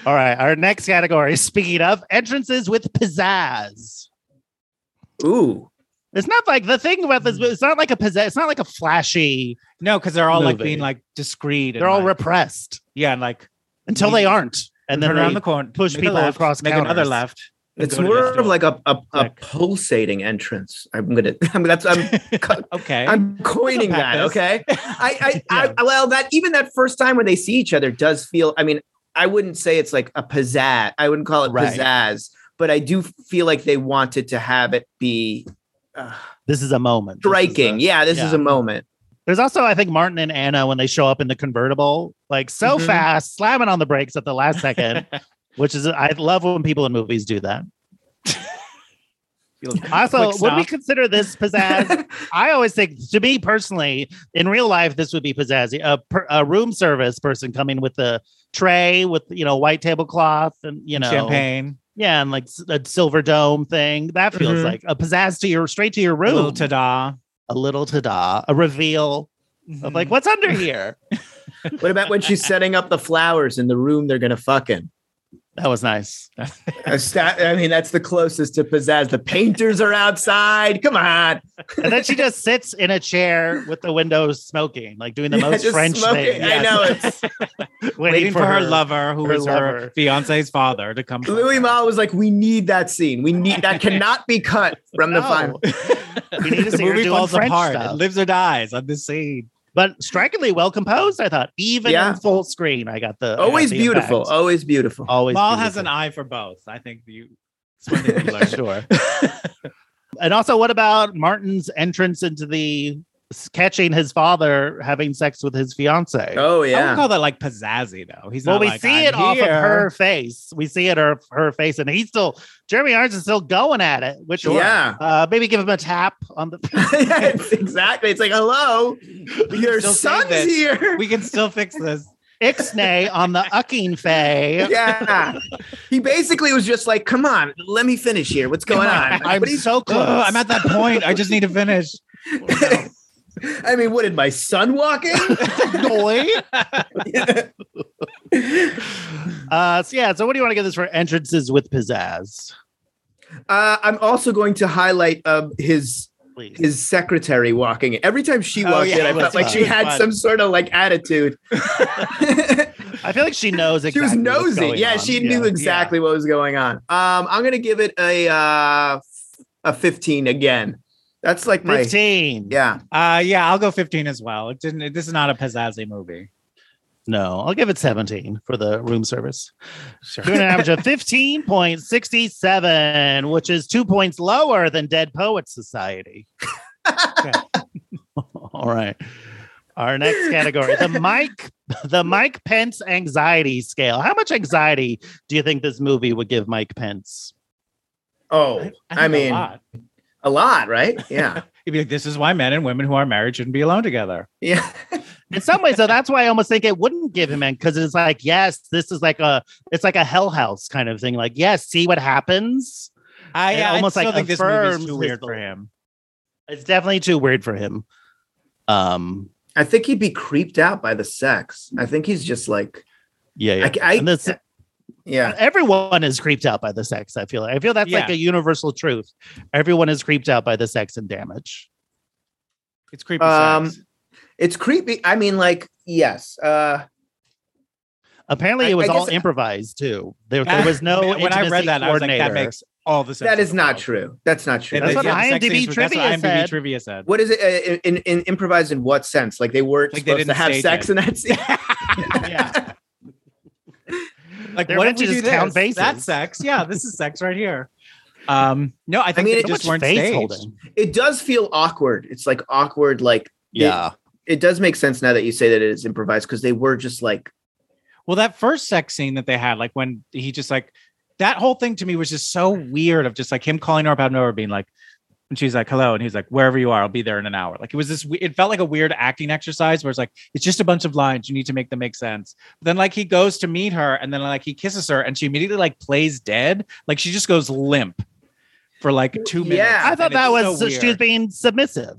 C: All right. Our next category, speaking of entrances with pizzazz.
D: ooh.
C: It's not like the thing about this. It's not like a possess. It's not like a flashy.
B: No, because they're all like
C: Movie.
B: being like discreet. and,
C: They're all
B: like-
C: repressed
B: yeah, and like
C: until they aren't, and then
B: turn around the
C: they
B: corner,
C: push
B: make a
C: people
B: left,
C: across
B: make another
C: counters.
B: left. and
D: It's
B: go to
D: more
B: this door.
D: of like a, a, a
B: Like-
D: pulsating entrance. I'm gonna. I'm, that's. I'm. co-
B: okay.
D: I'm coining that.
B: Pappas.
D: Okay. I. I, I well, that even that first time when they see each other does feel. I mean, I wouldn't say it's like a pizzazz. I wouldn't call it
C: Right.
D: pizzazz, but I do feel like they wanted to have it be uh,
C: This is a moment. This is
D: striking.
C: a-
D: yeah, this is
C: yeah.
D: a moment.
C: There's also, I think, Martin and Anna when they show up in the convertible, like so
D: Mhm.
C: fast, slamming on the brakes at the last second, which is I love when people in movies do that. Also,
B: Quick
C: would we
B: stop.
C: consider this pizzazz? I always think, to me personally, in real life, this would be pizzazzy. A, per, a room service person coming with a tray with you know white tablecloth and you know
B: Champagne,
C: yeah, and like s- a silver dome thing. That feels
D: Mhm.
C: like a pizzazz to your straight to your room.
B: Mm-hmm. a little ta-da.
C: a little ta-da, a reveal of
B: Mm.
C: like what's under here.
D: What about when she's setting up the flowers in the room they're gonna fuck in?
C: That was nice.
D: A sta- I mean, that's the closest to pizzazz. The painters are outside. Come on.
C: And then she just sits in a chair with the windows smoking, like doing the most
D: Just
C: French
D: smoke
C: thing.
D: it. I know it's
C: Waiting,
B: waiting for, her, lover, who
C: her
B: is
C: lover.
B: her fiance's father, to come.
D: Louis Mal was like, we need that scene. We need that cannot be cut from
C: Oh,
D: the final.
C: We need to
B: the
C: see her
B: movie
C: doing
B: falls
C: French
B: apart.
C: stuff.
B: It lives or dies on this scene.
C: But strikingly well composed, I thought. Even
D: Yeah.
C: in full screen, I got the Oh. I got
D: Always
C: the
D: beautiful.
C: impact.
D: Always beautiful.
C: Always.
B: Mal has an
C: beautiful.
B: eye for both. I think you. It's one thing we learned.
C: sure. and also, what about Martin's entrance into the catching his father having sex with his fiance?
D: Oh
B: I would
D: yeah.
B: call that like pizzazzy, though. He's
C: well,
B: not
C: we
B: like,
C: see
B: "I'm
C: it off of
B: here."
C: her face. We see it her her face, and he's still Jeremy Irons is still going at it. Which
D: Yeah.
C: uh, maybe give him a tap on the.
D: It's exactly. It's like, hello, your
B: still
D: son's
B: save this.
D: here.
B: We can still fix this.
C: Ixnay on the ucking fay.
D: yeah. He basically was just like, come on, let me finish here. What's going on?
C: I'm
D: What do you-
C: so close.
B: Ugh, I'm at that point. I just need to finish.
D: I mean, what did my son walk in?
C: Boy. uh, so yeah. So what do you want to give this for entrances with pizzazz?
D: Uh, I'm also going to highlight uh, his
C: Please.
D: his secretary walking in. Every time she
B: Oh,
D: walked
B: yeah,
D: in, I
B: it was
D: felt like
C: fun.
D: she had
C: Fun.
D: some sort of like attitude.
C: I feel like she knows.
D: she was
C: Exactly what's
D: nosy.
C: going
D: Yeah,
C: on.
D: she
C: Yeah.
D: knew exactly what was going on. Um, I'm gonna give it a uh, a 15 again. That's like my
C: Fifteen.
D: yeah.
B: Uh, yeah, I'll go 15 as well. It didn't. this is not a pizzazzy movie.
C: No, I'll give it 17 for the room service. Doing an average of 15.67, which is two points lower than Dead Poets Society. All right. Our next category, the Mike, the Mike Pence anxiety scale. How much anxiety do you think this movie would give Mike Pence?
D: Oh, I,
B: think a
D: mean,
B: lot.
D: a lot, right? Yeah,
B: You'd be like, this is why men and women who are married shouldn't be alone together.
D: yeah.
C: In some ways, though, that's why I almost think it wouldn't give him in because it's like, yes, this is like a, it's like a hell house kind of thing. Like, yes, see what happens.
B: I
C: It
B: yeah,
C: almost,
B: I still
C: like,
B: think this movie
C: affirms
B: is too
C: his
B: weird for
C: belief.
B: him.
C: It's definitely too weird for him. Um,
D: I think he'd be creeped out by the sex. I think he's just like,
C: yeah, yeah.
D: I- I-
C: and that's,
D: yeah,
C: everyone is creeped out by the sex. I feel like I feel that's like
B: Yeah.
C: a universal truth. Everyone is creeped out by the sex and damage.
B: It's creepy.
D: Um,
B: sex.
D: it's creepy. I mean, like, yes. Uh,
C: Apparently,
D: I-
C: it was
D: I
C: all
D: guess-
C: improvised too. There, there was no.
B: Man, when I
C: intimacy
B: read that, I was like, that
C: coordinator.
B: makes all the sense.
D: that
B: in
D: is
B: the
D: not
B: world.
D: true. That's not true.
B: And
C: That's
B: the-
C: what
B: yeah, the sex
C: IMDb
B: scenes were- that's what
C: trivia
B: IMDb
C: said.
B: trivia said.
D: What is it uh, in, in, in improvised? In what sense? Like they weren't
B: Like they
D: supposed to
B: didn't
D: have
B: stage
D: sex in
B: it.
D: that scene.
C: Yeah.
B: Like,
C: They're
B: what
C: meant
B: did
C: to
B: you do
C: just count
B: this? That's
C: bases.
B: sex. Yeah, this is sex right here. Um, no, I think
D: mean,
B: they
C: So
D: it-
B: just
C: much
B: weren't
C: face
B: staged.
C: holding.
D: it does feel awkward. It's like awkward. Like
C: Yeah.
D: it does make sense now that you say that it is improvised because they were just like
B: Well, that first sex scene that they had, like when he just like that whole thing to me was just so weird of just like him calling her up out of nowhere, being like, and she's like, hello. And he's like, wherever you are, I'll be there in an hour. Like it was this, we- it felt like a weird acting exercise where it's like, it's just a bunch of lines. You need to make them make sense. But then like he goes to meet her and then like he kisses her and she immediately like plays dead. Like she just goes limp for like two minutes.
D: Yeah.
C: I thought
B: And it's
C: that was
B: so
C: she was
B: weird.
C: being submissive.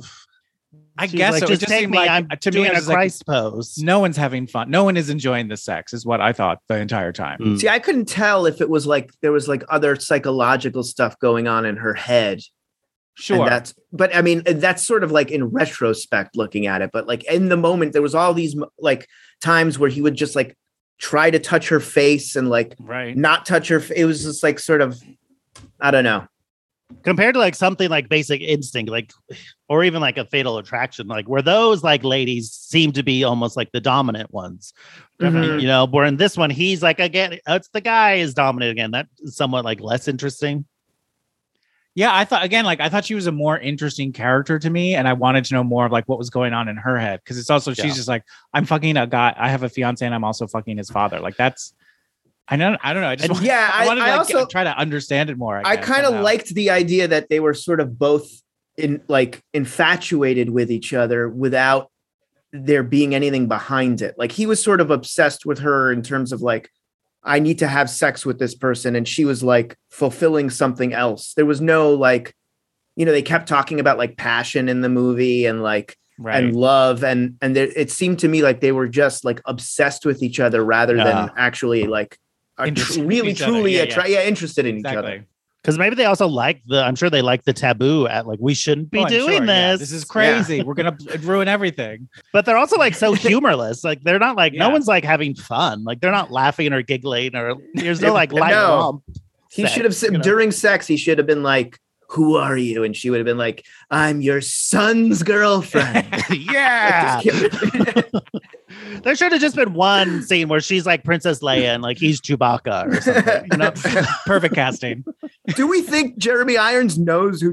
B: I
C: She was
B: guess
C: like,
B: so. It
C: just
B: just
C: take
B: seemed
C: me.
B: like- uh,
C: I'm
B: to me,
C: doing
B: it
C: a
B: was like-
C: Christ pose.
B: no one's having fun. No one is enjoying the sex is what I thought the entire time.
C: Mm.
D: See, I couldn't tell if it was like there was like other psychological stuff going on in her head.
B: Sure.
D: And that's but I mean that's sort of like in retrospect looking at it, but like in the moment there was all these like times where he would just like try to touch her face and like
B: right.
D: not touch her. f- It was just like sort of I don't know.
C: compared to like something like basic instinct like or even like a fatal attraction like where those like ladies seem to be almost like the dominant ones
D: Mhm.
B: Mm-hmm.
C: you know where in this one he's like again it's the guy is dominant again that's somewhat like less interesting
B: Yeah, I thought again, like I thought she was a more interesting character to me, and I wanted to know more of like what was going on in her head because it's also
C: Yeah.
B: she's just like I'm fucking a guy, I have a fiance, and I'm also fucking his father. Like that's, I don't, I don't know. I just
D: And
B: want-
D: yeah,
B: I,
D: I,
B: wanted to
D: I
B: like,
D: also
B: try to understand it more.
D: I
B: guess,
D: kind of
B: somehow.
D: liked the idea that they were sort of both in like infatuated with each other without there being anything behind it. Like he was sort of obsessed with her in terms of like I need to have sex with this person and she was like fulfilling something else. There was no like you know they kept talking about like passion in the movie and like
B: right.
D: and love and and there, it seemed to me like they were just like obsessed with each other rather
C: Yeah.
D: than actually like are tr-
B: Interested in
D: really
B: each other.
D: truly
B: Yeah,
D: yeah,
B: yeah.
D: yeah interested in each other.
B: exactly.
C: because maybe they also like the i'm sure they like the taboo at like we shouldn't be
B: Oh, I'm
C: doing
B: sure,
C: this
B: yeah, this is crazy. We're gonna bl- ruin everything.
C: but they're also like so humorless like they're not like no
B: Yeah.
C: one's like having fun like they're not laughing or giggling or there's no like light
D: No.
C: romp
D: He
C: sex,
D: should have said
C: you know?
D: during sex, he should have been like, Who are you? And she would have been like, I'm your son's girlfriend.
C: yeah
D: Just kidding.
C: There should have just been one scene where she's like Princess Leia and like he's Chewbacca or something. You know?
B: Perfect casting.
D: Do we think Jeremy Irons knows who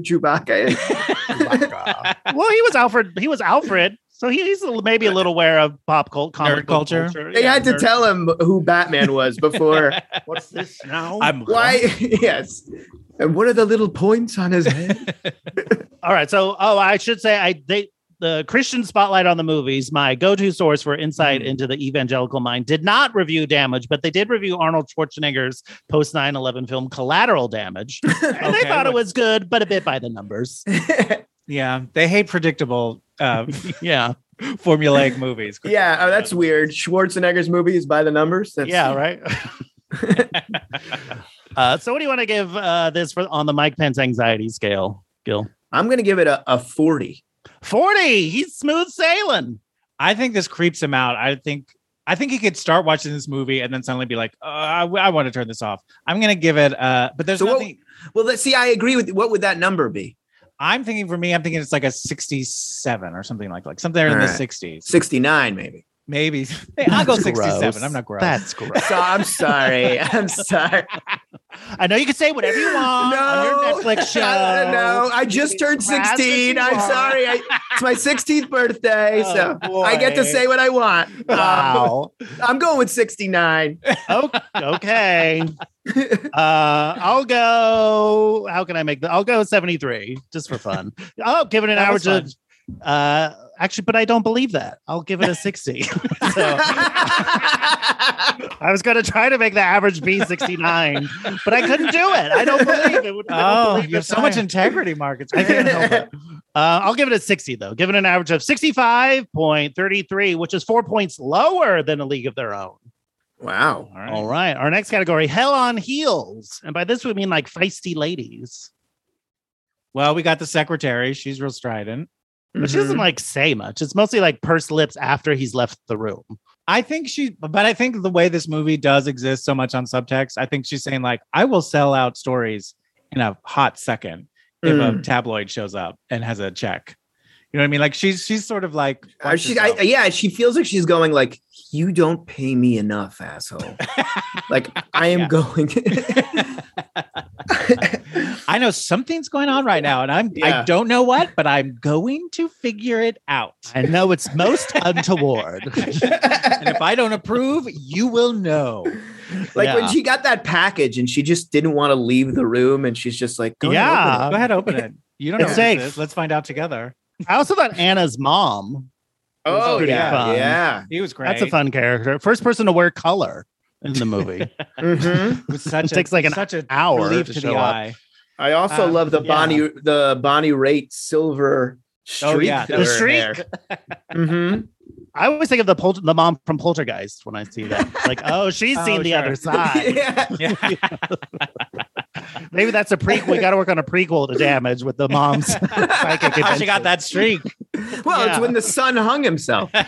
D: Chewbacca is?
C: well, he was Alfred. He was Alfred, so he- he's a- maybe a little aware of pop cult, comic book
B: Nerd culture.
D: they
C: Yeah,
D: had to
C: nerd.
D: tell him who Batman was before.
C: What's this now?
B: I'm
D: Why? yes. And what are the little points on his head?
C: All right. So, oh, I should say, I they the Christian spotlight on the movies, my go-to source for insight into the evangelical mind, did not review Damage, but they did review Arnold Schwarzenegger's post 9/11 film Collateral Damage, and they
B: Okay,
C: thought it
B: what-
C: was good, but a bit by the numbers.
B: Yeah, they hate predictable, uh,
C: yeah.
B: formulaic movies.
D: yeah, oh, that's weird. Schwarzenegger's movie is by the numbers. That's,
C: yeah, right. uh, so, what do you want to give uh, this for on the Mike Pence anxiety scale, Gil?
D: I'm gonna give it a, a 40.
C: Forty. He's smooth sailing.
B: I think this creeps him out. I think I think he could start watching this movie and then suddenly be like, uh, I, want to turn this off. I'm gonna give it. Uh, but there's
D: So what-
B: nothing.
D: Well, let's see. I agree with what would that number be?
B: I'm thinking for me, I'm thinking it's like a 67 or something like like something in the
D: All right.
B: 60s,
D: 69, maybe.
B: maybe. Hey, I'll go
C: That's
B: 67.
C: gross.
B: I'm not gross.
C: That's gross.
D: So I'm sorry. I'm sorry.
C: I know you can say whatever you want on your Netflix show.
D: I, no, I just turned
C: Class if
D: 16.
C: you
D: I'm
C: want.
D: sorry. I, it's my 16th birthday,
C: Oh,
D: so I get to
C: boy.
D: say what I want. Um,
C: Wow.
D: I'm going with 69.
C: Oh, okay. Uh, I'll go. How can I make that? I'll go 73 just for fun. Oh, giving an
B: That
C: hour
B: was
C: to uh, actually, but I don't believe that. I'll give it a 60. so I was going to try to make the average be 69, but I couldn't do it. I don't believe it. Would, I don't
B: Oh,
C: believe
B: you have
C: it's
B: so much
C: higher.
B: integrity, Mark. It's
C: I can't
B: great.
C: help it. Uh, I'll give it a 60, though. Give it an average of 65.33, which is four points lower than A League of Their Own.
D: wow.
C: All right. Our next category, Hell on Heels. And by this, we mean like feisty ladies.
B: Well, we got the secretary. She's real strident.
C: But she
D: Mm-hmm.
C: doesn't like say much. It's mostly like pursed lips after he's left the room.
B: I think she, but I think the way this movie does exist so much on subtext, I think she's saying, like, I will sell out stories in a hot second if a
C: Hmm.
D: Mm.
B: tabloid shows up and has a check. You know what I mean? Like, she's she's sort of like,
D: Uh, she, I, yeah, she feels like she's going like, you don't pay me enough, asshole. like I am
B: Yeah.
D: going.
B: I know something's going on right now, and I'm I
D: Yeah.
B: don't know what, but I'm going to figure it out.
C: I know it's most untoward.
B: and if I don't approve, you will know.
D: like
C: Yeah.
D: when she got that package and she just didn't want to leave the room and she's just like, "Go ahead, open
C: Yeah.
D: it."
B: Go ahead, open it. You don't know
C: It's
B: what this
C: safe.
B: is. Let's find out together.
C: I also thought Anna's mom. was
D: Oh
C: pretty
D: yeah,
C: fun.
D: yeah.
B: He was great.
C: That's a fun character. First person to wear color in the movie.
D: Mhm.
B: It was such
C: It takes like an
B: such a
C: hour
B: relief
C: to
B: to,
C: show
B: the
C: up.
B: eye.
D: I also
B: Um,
D: love the
B: yeah.
D: Bonnie the Bonnie Raitt silver streak.
B: Oh, yeah,
D: through
C: the
D: her
C: streak.
D: hair. Mhm.
C: I always think of the Pol- the mom from Poltergeist when I see that. It's like, oh, she's
B: Oh,
C: seen the
B: sure.
C: other side.
D: yeah.
B: Yeah.
C: Maybe that's a prequel. We got to work on a prequel to Damage with the mom's psychic.
B: How she got
C: adventures.
B: that streak.
D: Well,
C: Yeah.
D: it's when the son hung himself.
C: I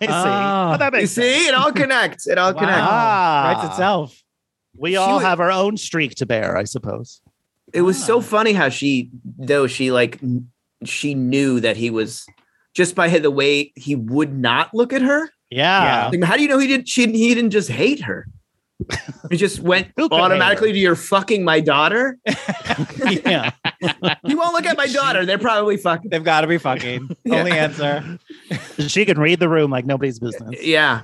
C: see.
B: Ah.
C: Oh, that
D: You
C: makes sense.
D: see, it all connects. It all
B: Wow.
D: connects.
C: Ah.
B: Writes itself.
C: We
D: She
C: all
D: was-
C: have our own streak to bear, I suppose.
D: It was so funny how she, though she like, n- she knew that he was just by the way he would not look at her.
B: Oh.
C: Yeah.
D: Like, how do you know he didn't? She he didn't just hate her. He just went
C: Who could hate
D: automatically to your fucking my daughter.
C: Yeah.
D: He won't look at my daughter. They're probably fucking.
B: They've got to be fucking.
D: Yeah.
B: Only answer.
C: She can read the room like nobody's business.
D: Yeah.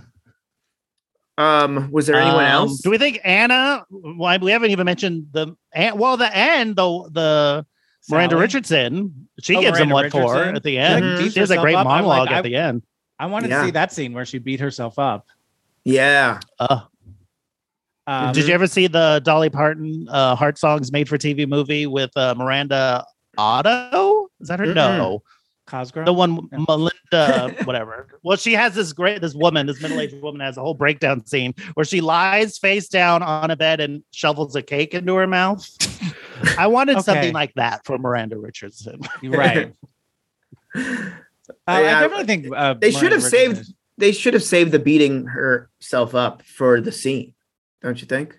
D: Um. Was there anyone
C: Um,
D: else?
C: Do we think Anna? Why we haven't even mentioned the An- well the end the the Miranda
B: Sally.
C: Richardson. She
B: Oh,
C: gives him what
B: Miranda
C: for
B: Richardson.
C: at the end.
D: Mhm.
B: beats
C: She has a
B: herself
C: great
B: up. I'm
C: monologue
B: like,
C: at
B: I-
C: the end.
B: I wanted to
D: Yeah.
B: see that scene where she beat herself up.
D: yeah.
C: Uh,
B: Um,
C: did you ever see the Dolly Parton uh, Heart Songs made for TV movie with uh, Miranda Otto? Is that her? No,
B: Cosgrove?
C: the one
B: No.
C: Melinda, whatever. Well, she has this great this woman, this middle aged woman has a whole breakdown scene where she lies face down on a bed and shovels a cake into her mouth. I wanted
B: Okay.
C: something like that for Miranda Richardson.
B: right. Uh, I
D: Yeah.
B: definitely think uh,
D: They should
B: Miranda
D: have saved-
B: Richardson-
D: They should have saved the beating herself up for the scene, don't you think?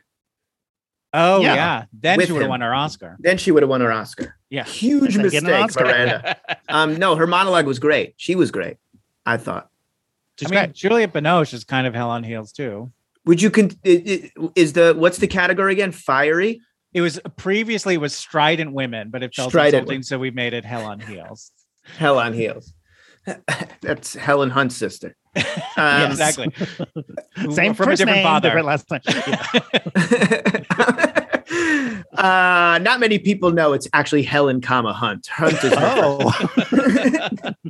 B: Oh
C: Yeah.
B: yeah, then
D: With
B: she would have
D: him.
B: won her Oscar.
D: Then she would have won her Oscar.
B: Yeah.
D: Huge
C: Doesn't get an
D: mistake,
C: Oscar.
D: Miranda. um, no, her monologue was great. She was great. I thought.
C: She's
B: I mean,
C: great.
B: Juliet Binoche is kind of hell on heels too.
D: Would you con- i- i- is the what's the category again? Fiery.
B: It was previously it was strident women, but it felt
D: Strident
B: insulting,
D: women.
B: so we made it hell on heels.
D: Hell on heels. That's Helen Hunt's sister.
B: Yeah,
D: Um,
B: exactly.
C: Same
B: from a
C: first
B: different
C: name,
B: father.
C: different last name. Yeah.
D: uh, not many people know it's actually Helen, comma Hunt. Hunt is.
C: oh,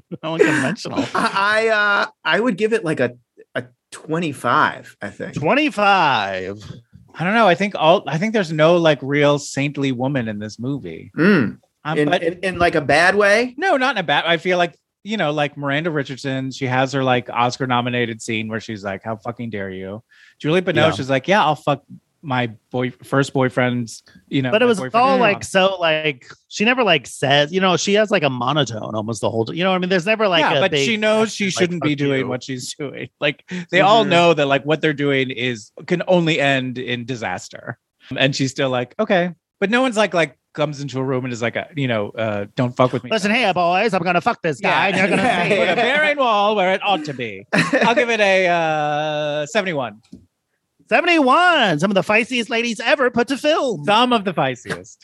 C: unconventional.
D: I I, uh, I would give it like a a twenty five. I think.
C: 25.
B: I don't know. I think all. I think there's no like real saintly woman in this movie.
D: Mm.
B: Um,
D: In,
B: but
D: in, in like a bad way.
B: no, not in a bad. I feel like you know, like Miranda Richardson. She has her like Oscar nominated scene where she's like, "How fucking dare you?" Juliet Binoche is like, "Yeah, I'll fuck my boy first boyfriend's." You know,
C: But it
B: my
C: was
B: boyfriend
C: all
B: mom."
C: like so like she never like says, you know, she has like a monotone almost the whole you know what I mean? There's never like
B: yeah,
C: a
B: but
C: big-
B: she knows she
C: like,
B: shouldn't be
C: fuck
B: doing
C: you.
B: what she's doing. Like they all
D: Mhm.
B: know that like what they're doing is can only end in disaster, and she's still like okay, but no one's like like comes into a room and is like a, you know uh, don't fuck with me.
C: Listen here, boys, I'm gonna fuck this guy and you're gonna
D: Yeah.
C: see.
B: put a bearing wall where it ought to be. I'll give it a uh, seventy-one.
C: 71, some of the feistiest ladies ever put to film. Uh,
B: Some of the feistiest.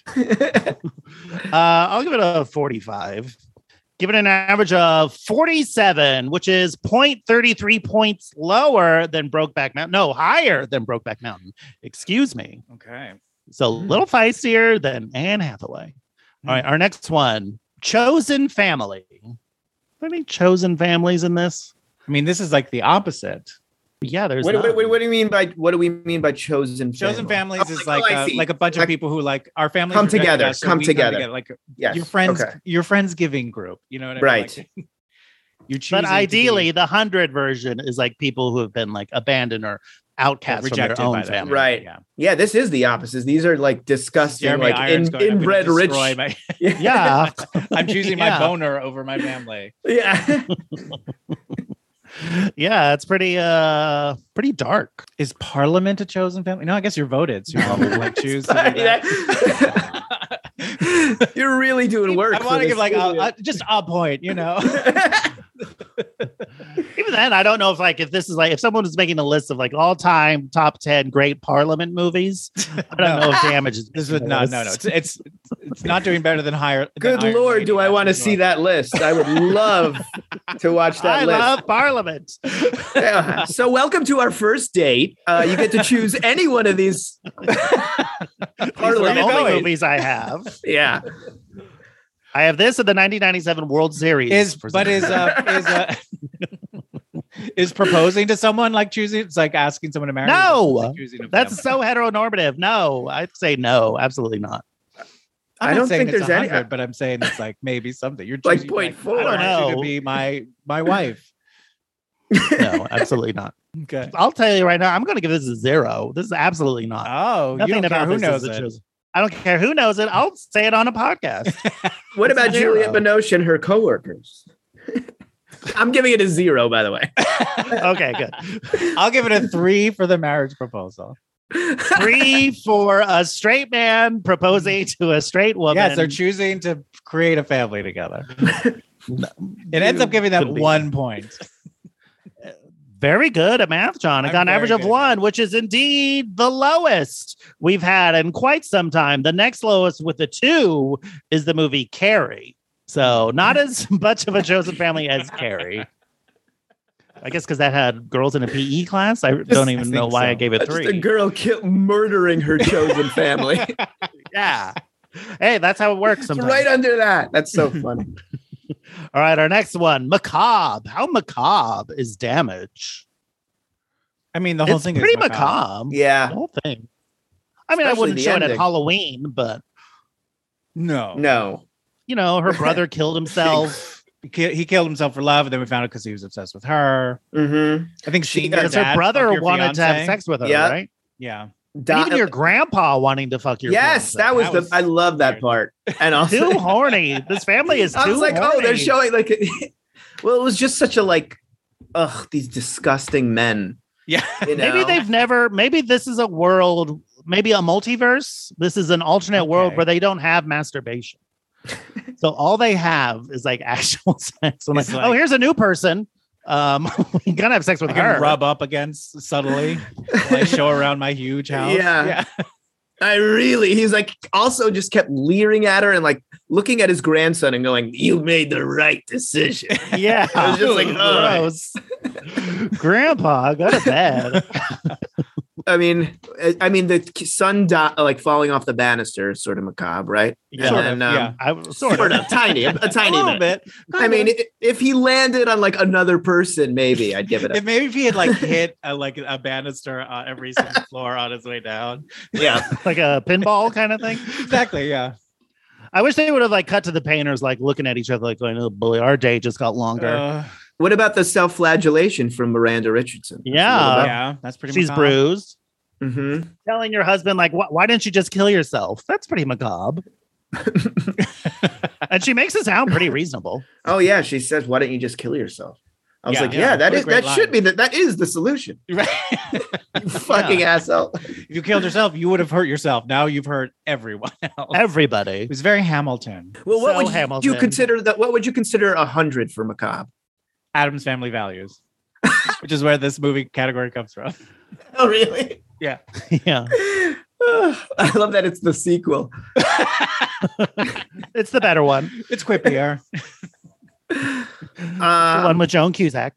C: I'll give it a 45. Give it an average of 47, which is 0.33 points lower than Brokeback Mountain. No, higher than Brokeback Mountain. Excuse me.
B: Okay.
C: So
B: Mm.
C: a little feistier than Anne Hathaway. All right, our next one, chosen family. there any chosen families in this?
B: I mean, this is like the opposite.
C: Yeah, there's.
D: What,
C: none.
D: what, what, what do you mean by what do we mean by chosen?
B: Chosen
D: family?
B: families is
D: Oh,
B: like
D: oh, I
B: a,
D: see.
B: like a bunch of
D: Like-
B: people who like our families
D: Come
B: rejected
D: together,
B: us, so
D: come
B: we
D: together.
B: Like
D: Yes.
B: your friends,
D: Okay.
B: your friends giving group. You know what I mean?
D: Right.
B: Like, you're choosing
C: But
B: to be
C: ideally, the hundred version is like people who have been like abandoned or outcast from
B: rejected
C: their own
B: by them.
C: family.
D: Right.
B: Yeah.
D: Yeah, this is the opposite. These are like disgusting,
B: Jeremy
D: like
B: Irons
D: in,
B: going, "I'm gonna
D: inbred rich.
B: destroy my-
C: Yeah.
B: I'm choosing
C: Yeah.
B: my boner over my family.
D: yeah.
C: Yeah, it's pretty uh pretty dark.
B: Is Parliament a chosen family? No, I guess you're voted, so you probably like choose. to do
D: Sorry,
B: that.
D: that- You're really doing work.
B: I
D: for
B: want to
D: this
B: give like a,
D: studio.
B: a, just a point, you know.
C: Even then, I don't know if like if this is like if someone was making a list of like all time top ten great Parliament movies, I don't know if damage is
B: This would not. No, no, it's it's it's not doing better than higher. than
D: Good
B: Iron
D: lord,
B: Lady,
D: do I
B: that's
D: want to
B: for
D: see
B: sure.
D: that list? I would love to watch that
C: I
D: list.
C: love Parliament.
D: Yeah. So, welcome to our first date. Uh, you get to choose any one of these.
C: These are
D: Parliament.
C: the only
D: Going.
C: movies I have.
D: Yeah,
C: I have this and the 1997 World Series.
B: Is
C: for
B: but
C: some
B: is
C: reason.
B: uh is uh, is proposing to someone like choosing? It's like asking someone to marry. you,
C: No!
B: it's like choosing a
C: that's
B: family.
C: so heteronormative. No, I'd say no, absolutely not.
B: I'm
D: I
B: not
D: don't
B: saying
D: think
B: it's
D: there's any-
B: 100, but I'm saying it's like maybe something. You're
D: Like
B: choosing
D: point four.
B: I don't
C: I
B: know.
C: know.
B: to be my my wife.
C: No, absolutely not.
B: Okay.
C: I'll tell you right now, I'm going to give this a zero. This is absolutely not.
B: Oh, you
C: Nothing
B: don't care
C: about
B: who
C: this
B: knows
C: is a
B: it.
C: chosen- I don't care who knows it. I'll say it on a podcast.
D: What about
C: zero.
D: Juliette Binoche and her coworkers? I'm giving it a zero, by the way.
C: okay, good.
B: I'll give it a three for the marriage proposal.
C: Three for a straight man proposing to a straight woman.
B: Mm. yes, they're choosing to create a family together. it ends up giving them
C: Couldn't be.
B: one point.
C: very good at math, John. I
B: I'm
C: got an
B: very
C: average of
B: good at
C: one, which is indeed the lowest we've had in quite some time. The next lowest with the two is the movie Carrie. So not as much of a chosen family as Carrie. I guess because that had girls in a PE class. I don't even
B: I
C: know
B: think
C: why I
B: so.
C: gave it
D: Just a
C: three.
D: girl kill- murdering her chosen family.
C: Yeah. Hey, that's how it works
D: It's
C: sometimes.
D: right under that. That's so funny.
C: All right, our next one, macabre. How macabre is damage?
B: I mean, the whole
C: it's
B: thing
C: pretty
B: is macabre.
C: macabre. The
D: yeah.
C: whole thing. I mean, I
D: Especially
C: wouldn't
D: the
C: show it at
D: ending.
C: Halloween, but
B: No,
D: No.
C: you know, her brother killed himself.
B: He ki- he killed himself for love, and then we found out because he was obsessed with her.
D: Mm-hmm.
B: I think
D: She-
B: she
D: Your
C: Because her brother wanted to have sex with her,
D: Yeah.
C: right?
B: Yeah,
C: And even your grandpa wanting to fuck your
D: yes, that was,
B: That was
D: the. I love that
B: weird.
D: part. And
C: too
D: also,
C: horny. This family is too
D: I was like,
C: horny.
D: oh, they're showing like. well, it was just such a like. Ugh, these disgusting men.
B: yeah.
D: You know?
C: Maybe they've never. Maybe this is a world. Maybe a multiverse. This is an alternate world
B: Okay.
C: where they don't have masturbation. so all they have is like actual sex. I'm like,
B: It's
C: oh,
B: like-
C: here's a new person. Um, we gotta have sex with
B: I can
C: her.
B: rub up against subtly. while I show around my huge house.
D: Yeah. I really, he's like also just kept leering at her and like looking at his grandson and going, You made the right decision.
C: Yeah,
D: I was just like,
C: gross. Grandpa, go to bed.
D: I mean, I- I mean, the k- son di- like falling off the banister is sort of macabre, right?
C: Yeah.
D: And
C: Sort
D: then,
B: of,
D: um,
B: yeah.
C: I was
D: Sort, of. tiny, a, a tiny
B: little
D: bit. I mean, i- if he landed on like another person, maybe I'd give it
B: If
D: a
B: maybe if he had like hit a, like a banister on every single floor on his way down.
D: yeah.
C: like a pinball kind of thing.
B: Exactly. Yeah.
C: I wish they would have like cut to the painters like looking at each other like going, "Oh boy, our day just got longer."
B: Uh,
D: What about the self-flagellation from Miranda Richardson?
C: yeah,
B: yeah. That's pretty.
C: she's
B: macabre.
C: bruised.
D: hmm
C: Telling your husband like, "Why, why didn't you just kill yourself?" That's pretty macabre. and she makes it sound pretty reasonable.
D: Oh yeah, she says, "Why don't you just kill yourself?" I was
B: Yeah,
D: like,
B: yeah.
D: "Yeah, that
B: What a
D: is
B: great
D: that should
B: line.
D: be that that is the solution."
B: Right.
D: You fucking asshole.
B: if you killed yourself, you would have hurt yourself. Now you've hurt everyone else.
C: Everybody.
B: It was very Hamilton.
D: Well, what
C: So
D: would you-
C: Hamilton.
D: you consider that? What would you consider a hundred for macabre?
B: Adam's family values, which is where this movie category comes from.
D: Oh, really?
C: yeah,
D: I love that it's the sequel.
C: it's the better one.
B: It's quippier.
C: the one
D: Um,
C: with Joan Cusack.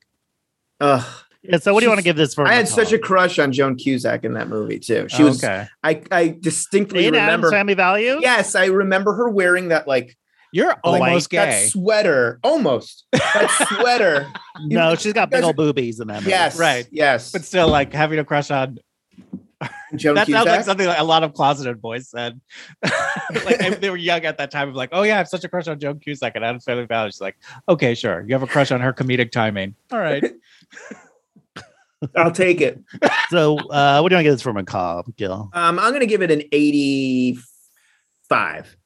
D: ugh.
C: Yeah, so what do you
D: She's-
C: want to give this for?
D: I had
C: macabre?
D: such a crush on Joan Cusack in that movie too. She was.
B: okay.
D: I I distinctly
C: in Adam's
D: remember.
C: Family Values.
D: Yes, I remember her wearing that like
B: You're almost
D: that
B: gay.
D: sweater, almost that sweater.
C: No, she's got big
D: guys-
C: old boobies in that. movie.
D: yes,
B: Right.
D: Yes,
B: But still, like having a crush on
D: Joan
B: that sounds like
D: Cusack.
B: something like a lot of closeted boys said. like if they were young at that time of like, oh yeah, I have such a crush on Joan Cusack and Adam Family Value. She's like, okay, sure. You have a crush on her comedic timing. All right.
D: I'll take it.
C: So, uh, what do you want to get this for macabre, Gil?
D: Um, I'm gonna give it an 85.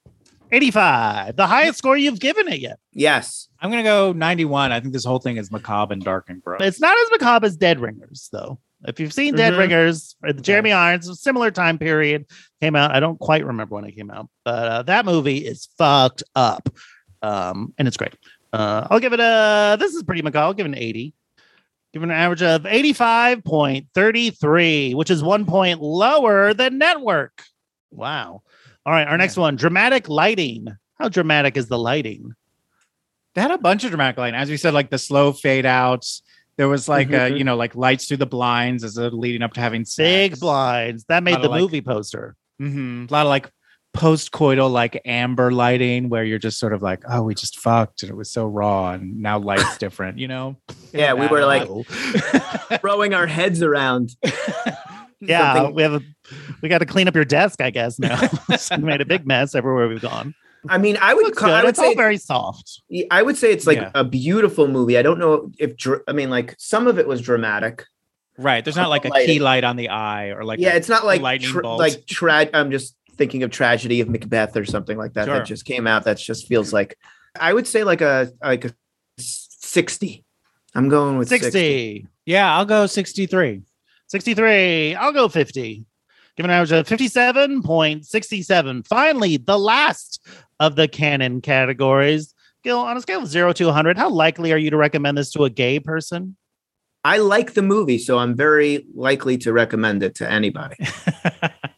C: 85, the highest score you've given it yet.
D: Yes,
B: I'm gonna go 91. I think this whole thing is macabre and dark and gross.
C: It's not as macabre as Dead Ringers, though. If you've seen Dead
D: Mhm.
C: Ringers, or the Jeremy Irons, similar time period came out. I don't quite remember when it came out, but uh, that movie is fucked up, um, and it's great. Uh, I'll give it a. This is pretty macabre. I'll give it an 80. Give it an average of 85.33, which is one point lower than Network. Wow. All right, our next one: dramatic lighting. How dramatic is the lighting?
B: they had a bunch of dramatic lighting, as we said, like the slow fade outs. There was like uh
D: Mhm.
B: you know, like lights through the blinds as a leading up to having sex.
C: Big blinds. That made
B: Kinda
C: the
B: like-
C: movie poster.
B: Mhm. A lot of like post-coital like amber lighting where you're just sort of like oh we just fucked and it was so raw and now life's different you know
D: Yeah, we were
B: That-
D: like- throwing our heads around.
C: Yeah,
D: Something-
C: we have a we got to clean up your desk, I guess. Now we made a big mess everywhere we've gone.
D: I mean, I would.
C: Looks
D: Call,
C: good.
D: I would
C: it's all
D: say.
C: very soft.
D: I would say it's like
B: Yeah.
D: a beautiful movie. I don't know if. dr- I mean, like some of it was dramatic.
B: Right. There's not like a key
D: Lighting.
B: light on the eye or like
D: yeah,
B: a-
D: it's not like
B: lightning
D: tra-
B: bolt.
D: like tra- I'm just thinking of tragedy of Macbeth or something like that
B: Sure.
D: that just came out. That just feels like I would say like a like a sixty. I'm going with 60.
C: 60.
B: yeah, I'll go 63.
C: 63. I'll go 50. Give an average of 57.67. Finally, the last of the canon categories. Gil, on a scale of 0 to 100, how likely are you to recommend this to a gay person?
D: I like the movie, so I'm very likely to recommend it to anybody.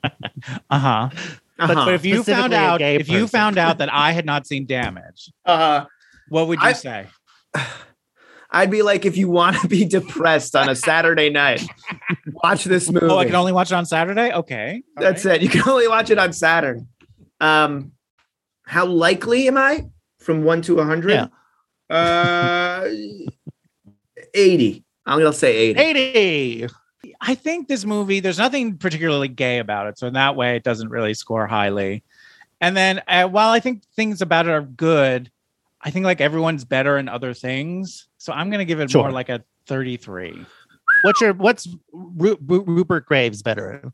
B: Uh-huh.
D: Uh-huh.
B: But if you found
C: Specifically a
B: out
C: gay
B: if you
C: person.
B: found out that I had not seen damage,
D: uh,
B: what would you
D: I-
B: say?
D: I'd be like, if you want to be depressed on a Saturday night, watch this movie.
B: Oh, I can only watch it on Saturday? Okay. all
D: That's it.
B: right.
D: You can only watch it on Saturday. Um, how likely am I from one to a hundred? Uh, eighty. I'm gonna say eighty.
C: 80.
B: I think this movie, there's nothing particularly gay about it. So in that way, it doesn't really score highly. And then uh, while I think things about it are good, I think like everyone's better in other things. So I'm going to give it
C: Sure.
B: more like a 33.
C: What's your what's Ru- Ru- Rupert Graves better? at?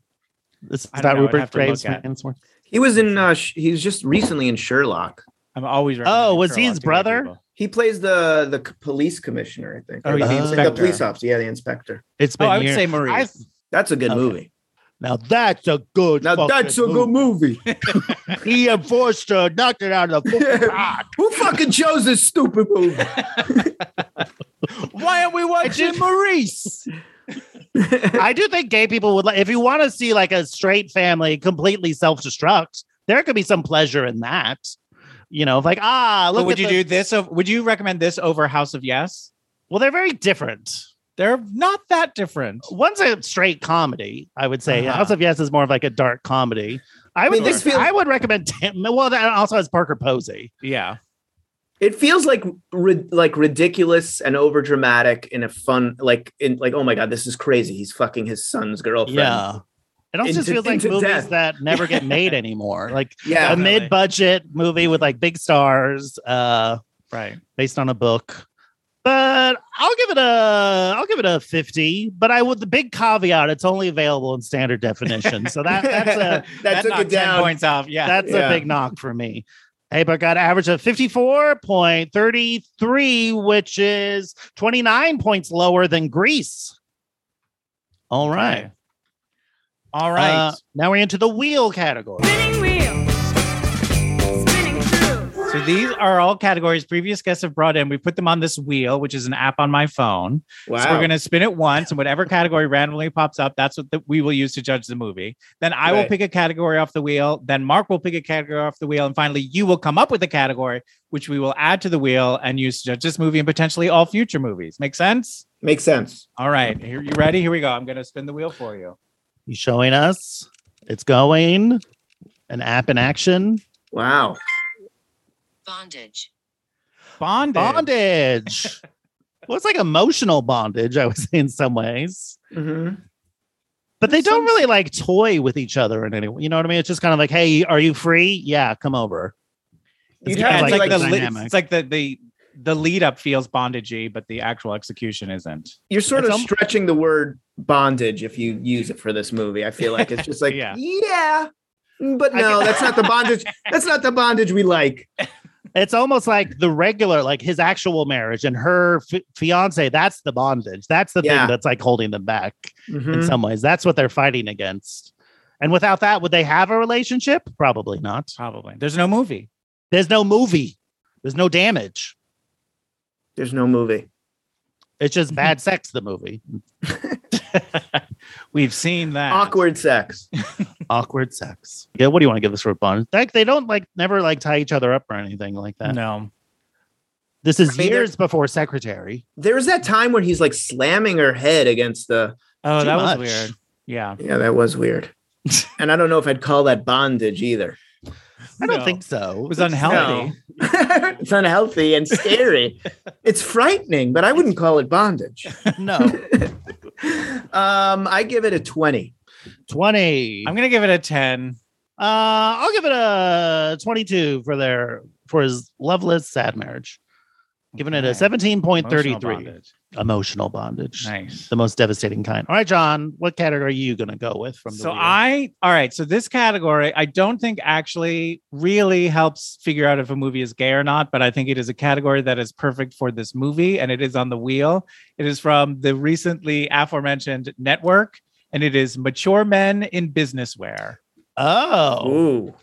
C: This is
B: I
C: not
B: don't know. I'd have
C: Rupert
B: to look
C: Graves.
B: at-
C: man, it's more-
D: He was in. Uh, sh- he was just recently in Sherlock.
B: I'm always
C: Oh, was he his
B: recommending Sherlock to gay
C: brother?
B: people.
D: He plays the the c- police commissioner, I think.
B: Oh, he's
C: the
D: Uh-huh. Like
B: inspector.
D: police officer. Yeah, the inspector.
C: It's
B: Oh,
C: been
B: I would
C: years.
B: say Marie.
C: I-
D: That's a good
C: Okay.
D: movie.
C: Now that's a good.
D: Now that's a good movie.
C: movie. Ian Forster knocked it out of the fucking park.
D: Who fucking chose this stupid movie?
B: Why aren't we watching Maurice?
C: I do think gay people would like if you want to see like a straight family completely self-destruct. There could be some pleasure in that. You know, like ah, look.
B: But would
C: at
B: you
C: the-
B: do this? o- Would you recommend this over House of Yes?
C: Well, they're very different.
B: They're not that different.
C: One's a straight comedy, I would say.
B: Uh-huh.
C: House of Yes is more of like a dark comedy. I would
D: mean, this feels-
C: I would recommend Tam- well that also has Parker Posey.
B: Yeah.
D: it feels like ri- like ridiculous and over dramatic in a fun like in like oh my god this is crazy he's fucking his son's girlfriend
C: Yeah. It also
D: Into-
C: just feels like
D: into
C: movies
D: death.
C: that never get made anymore. Like
D: yeah
C: a
B: Definitely.
C: mid-budget movie with like big stars, uh,
B: Right.
C: based on a book. But I'll give it a I'll give it a 50. But I would the big caveat, it's only available in standard definition. So that that's a
D: that took
B: knocked
D: it
B: 10
D: down
B: points off. Yeah.
C: That's
D: Yeah.
C: a big knock for me. Hey, but got an average of 54.33, which is 29 points lower than Greece. All right.
B: Okay. All right.
C: Uh, now we're into the wheel category.
B: so these are all categories previous guests have brought in. We put them on this wheel, which is an app on my phone.
D: wow
B: So we're going to spin it once, and whatever category randomly pops up, that's what the, we will use to judge the movie. Then I will
D: Right.
B: pick a category off the wheel. Then Mark will pick a category off the wheel. And finally, you will come up with a category, which we will add to the wheel and use to judge this movie and potentially all future movies. Make sense?
D: makes sense
B: All right. Here, you ready? Here we go. I'm going to spin the wheel for you.
C: You showing us? It's going. An app in action.
D: wow
E: Bondage.
B: Bonded.
C: Bondage. well, it's like emotional bondage, I would say, in some ways.
D: Mhm.
C: But they don't really like toy with each other in any way. You know what I mean? It's just kind of like, hey, are you free? Yeah, come over.
B: You'd
C: It's
B: have-
C: kind
B: it's
C: of
B: like,
C: like
B: the
C: the
B: li-
C: dynamic.
B: it's like the the the lead up feels bondagey, but the actual execution isn't.
D: You're sort
C: It's
D: of
C: almo-
D: stretching the word bondage if you use it for this movie. I feel like it's just like
B: Yeah.
D: yeah, but no, that's not the bondage. That's not the bondage we like.
C: It's almost like the regular, like his actual marriage and her f- fiance. That's the bondage. That's the
D: Yeah.
C: thing that's like holding them back in
B: Mm-hmm.
D: Mhm.
C: some ways. That's what they're fighting against. And without that, would they have a relationship? Probably not.
B: Probably. There's no movie.
C: There's no movie. There's no damage.
D: There's no movie.
C: It's just bad sex. The movie
B: We've seen that.
D: Awkward sex.
C: awkward sex. Yeah. What do you want to give this for bond? Like they don't like never like tie each other up or anything like that.
B: No.
C: This is
D: I mean, they're-
C: years before Secretary.
D: There was that time when he's like slamming her head against the.
B: Oh,
C: Too
B: that
C: much.
B: was weird. Yeah.
D: Yeah, that was weird. and I don't know if I'd call that bondage either.
C: I don't
B: No.
C: think so.
B: It was unhealthy.
D: No. it's unhealthy and scary. it's frightening, but I wouldn't call it bondage.
C: no.
D: Um, I give it a 20.
C: Twenty.
B: I'm gonna give it a ten.
C: Uh, I'll give it a 22 for their for his loveless sad marriage. Giving it a
B: Okay.
C: 17.33
B: Emotional
C: emotional bondage.
B: bondage.
C: Nice.
B: Nice.
C: The most devastating kind. All right, John, what category are you going to go with from the
B: So
C: wheel?
B: I all right. So this category, I don't think actually really helps figure out if a movie is gay or not, but I think it is a category that is perfect for this movie, and it is on the wheel. It is from the recently aforementioned network, and it is mature men in business wear.
C: Oh.
D: Ooh.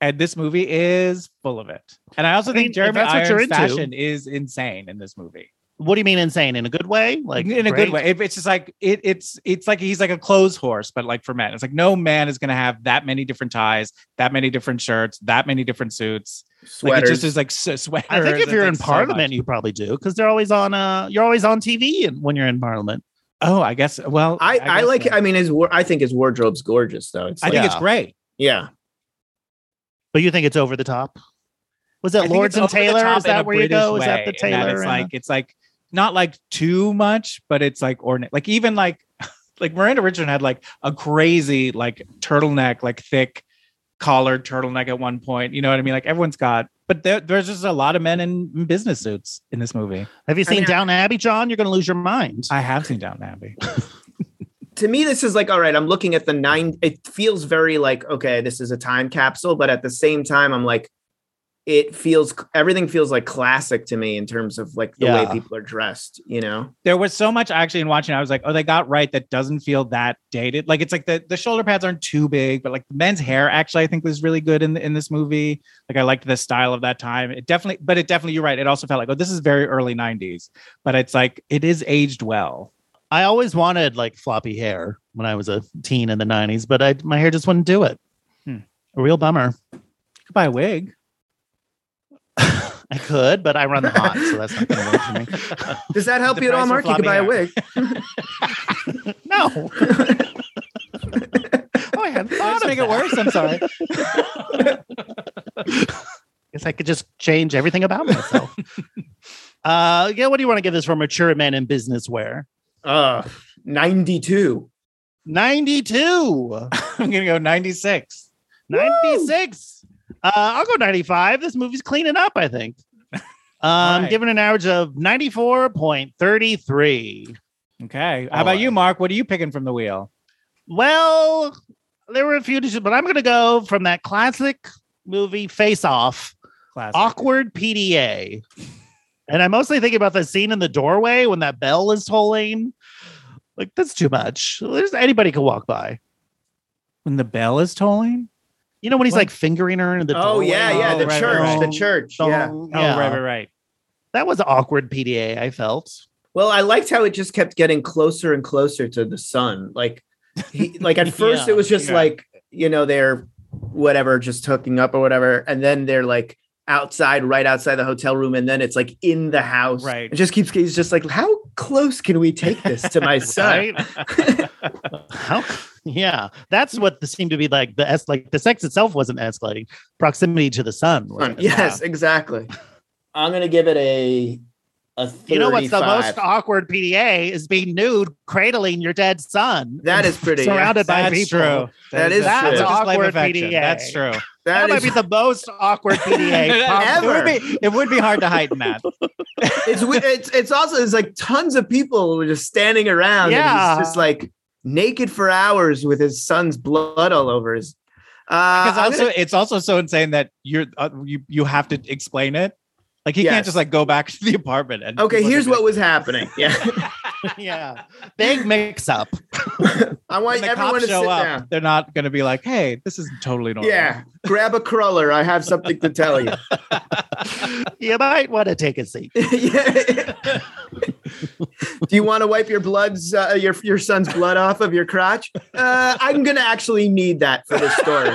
B: And this movie is full of it. And I also
C: I mean,
B: think
C: if
B: Jeremy
C: that's what you're
B: Irons'
C: into-
B: fashion is insane in this movie.
C: What do you mean insane in a good way? Like
B: Like in a
C: great?
B: good way. It- it's just like it, it's it's like he's like a clothes horse, but like for men. It's like no man is gonna have that many different ties, that many different shirts, that many different suits. Like it
D: Sweaters.
B: just is like s- sweaters.
C: I think if
B: It's,
C: you're
B: like,
C: in
B: so
C: parliament,
B: much.
C: you probably do because they're always on. Uh, you're always on TV and when you're in parliament.
B: oh, I guess. Well,
D: I, I,
B: guess
D: like,
B: so.
D: I mean, his, war- I think his wardrobe's gorgeous though. It's
B: I
D: like,
B: think it's great.
D: yeah.
C: But you think it's over the top? Was
B: I
C: it
B: think
C: Lords
B: it's
C: and
B: over the
C: Taylor?
B: top
C: Is
B: in a
C: that where you go?
B: British
C: Is that
B: way,
C: the
B: in that
C: Taylor?
B: It's
C: and-
B: like it's like not like too much, but it's like ornate. Like even like like Miranda Richardson had like a crazy like turtleneck, like thick collared turtleneck at one point. You know what I mean? Like everyone's got, but there, there's just a lot of men in business suits in this movie.
C: have you
D: I
C: seen
D: mean, I-
C: Down Abbey, John? You're going to lose your mind.
B: I have seen Downton Abbey.
D: To me, this is like, all right, I'm looking at the nine. It feels very like, okay, this is a time capsule, but at the same time, I'm like, it feels, everything feels like classic to me in terms of like the
C: Yeah.
D: way people are dressed, you know?
B: there was so much actually in watching. I was like, oh, they got right. That doesn't feel that dated. Like it's like the, the shoulder pads aren't too big, but like the men's hair actually I think was really good in in this movie. Like I liked the style of that time. It definitely, but it definitely you're right. It also felt like oh, this is very early '90s, but it's like it is aged well.
C: I always wanted like floppy hair when I was a teen in the 90s, but I, my hair just wouldn't do it.
B: Hmm.
C: A real bummer.
B: Could buy a wig.
C: I could, but I run the hot, so that's not going to work for me.
D: Does that help
B: The
D: you at all, Mark?
B: price of
D: You could buy a
B: floppy
D: wig.
C: No. oh, I hadn't thought
B: Let's
C: of
B: make
C: that.
B: it worse. I'm sorry.
C: Guess I could just change everything about myself. uh, yeah, what do you want to give this for mature men in business wear?
D: Uh, 92.
C: 92.
B: I'm gonna go '96.
C: 96. Uh, I'll go 95. This movie's cleaning up, I think. Um,
B: right.
C: giving an average of 94.33.
B: Okay. How
C: All
B: about you,
C: right.
B: Mark? What are you picking from the wheel?
C: Well, there were a few, dis- but I'm going to go from that classic movie Face Off,
B: Classic.
C: awkward PDA. And I'm mostly thinking about the scene in the doorway when that bell is tolling. Like that's too much. There's anybody could walk by.
B: When the bell is tolling.
C: You know when he's
B: What?
C: like fingering her in the
D: Oh,
C: doorway?
D: yeah, yeah.
B: Oh,
D: The
B: right,
D: church,
B: right,
D: the
C: right.
D: church. Yeah.
C: Yeah.
B: Oh, right, right, right.
C: That was awkward PDA. I felt.
D: Well, I liked how it just kept getting closer and closer to the sun. Like, he, like at first
C: Yeah,
D: it was just
B: yeah.
D: like you know they're whatever just hooking up or whatever, and then they're like outside, right outside the hotel room, and then it's like in the house.
B: Right.
D: It just keeps. He's just like, how close can we take this to my son?
C: Right? How? Yeah, that's what the- seemed to be like the es- like the sex itself wasn't escalating. Proximity to the sun. was.
D: Yes, exactly.
E: I'm gonna give it a a 35.
C: You know what's the most awkward PDA is being nude, cradling your dead son.
D: That is pretty.
C: Surrounded by
B: That's
C: people.
B: true.
D: That is
B: that's
D: true.
B: a display of
C: Awkward PDA.
B: affection. That's true.
C: That,
D: That
C: might
D: is,
C: be the most awkward PDA.
B: It
C: possible.
D: Ever.
B: would be it would be hard to hide in that.
D: it's, wi- it's it's also it's like tons of people were just standing around.
C: Yeah.
D: and he's just like naked for hours with his son's blood all over his. Uh,
B: Because
D: I'm
B: also it's also so insane that you're uh, you you have to explain it. Like he can't
D: Yes.
B: just like go back to the apartment. And
D: gonna- okay,
B: people are
D: here's
B: gonna
D: what was happening. Yeah,
C: yeah, big mix up.
D: I
B: be
D: want
B: like, when the
D: everyone
B: cops
D: to
B: show
D: sit
B: up.
D: down.
B: They're not going to be like, "Hey, this is totally normal."
D: Yeah, grab a cruller. I have something to tell you.
C: you might want to take a seat.
D: Yeah. Do you want to wipe your blood's uh, your your son's blood off of your crotch? Uh, I'm gonna actually need that for this story.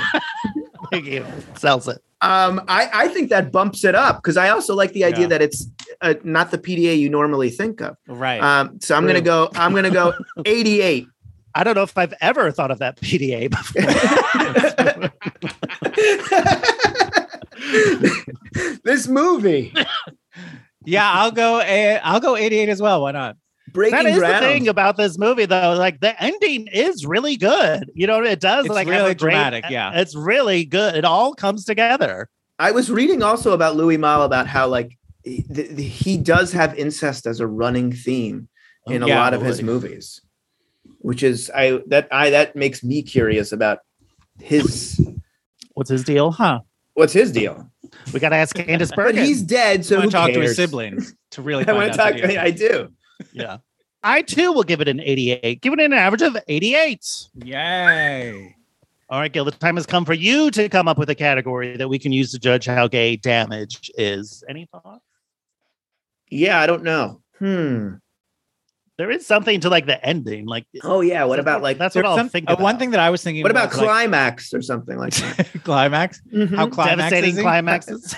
C: Thank you. Sells it.
D: Um, I I think that bumps it up because I also like the idea
B: Yeah.
D: that it's uh, not the PDA you normally think of.
B: right.
D: Um, so I'm gonna
C: True.
D: go. I'm gonna go 88.
C: I don't know if I've ever thought of that PDA before.
D: this movie
B: yeah, I'll go. Uh, I'll go 88 as well. Why not?
D: breaking
C: that is
D: ground.
C: the thing about this movie, though. Like the ending is really good. You know, it does
B: It's
C: like have
B: really
C: a great- e-
B: dramatic, yeah.
C: it's really good. It all comes together.
D: I was reading also about Louis Malle about how like he, th- th- he does have incest as a running theme in a
B: Oh, Yeah,
D: lot of his movies, which is I that I that makes me curious about his
C: What's his deal, huh?
D: what's his deal.
C: We got to ask Candace
D: But
C: Bergen.
D: he's dead,
B: I
D: so
B: want
D: who
B: to talk to his
D: cares?
B: siblings to really.
D: I want to talk. I, I do.
C: yeah. I too will give it an 88. Give it an average of 88.
B: Yay!
C: All right, Gil, the time has come for you to come up with a category that we can use to judge how gay damage is. Any thoughts?
D: Yeah, I don't know. Hmm.
C: There is something to like the ending. Like,
D: Oh yeah. What about like
C: that's what I'll
B: Some-
C: think
B: uh,
C: about.
B: one thing that I was thinking.
D: what about
B: was, like,
D: climax or something like that? Mm-hmm.
B: climax? How climax
C: devastating
B: is he?
C: climaxes.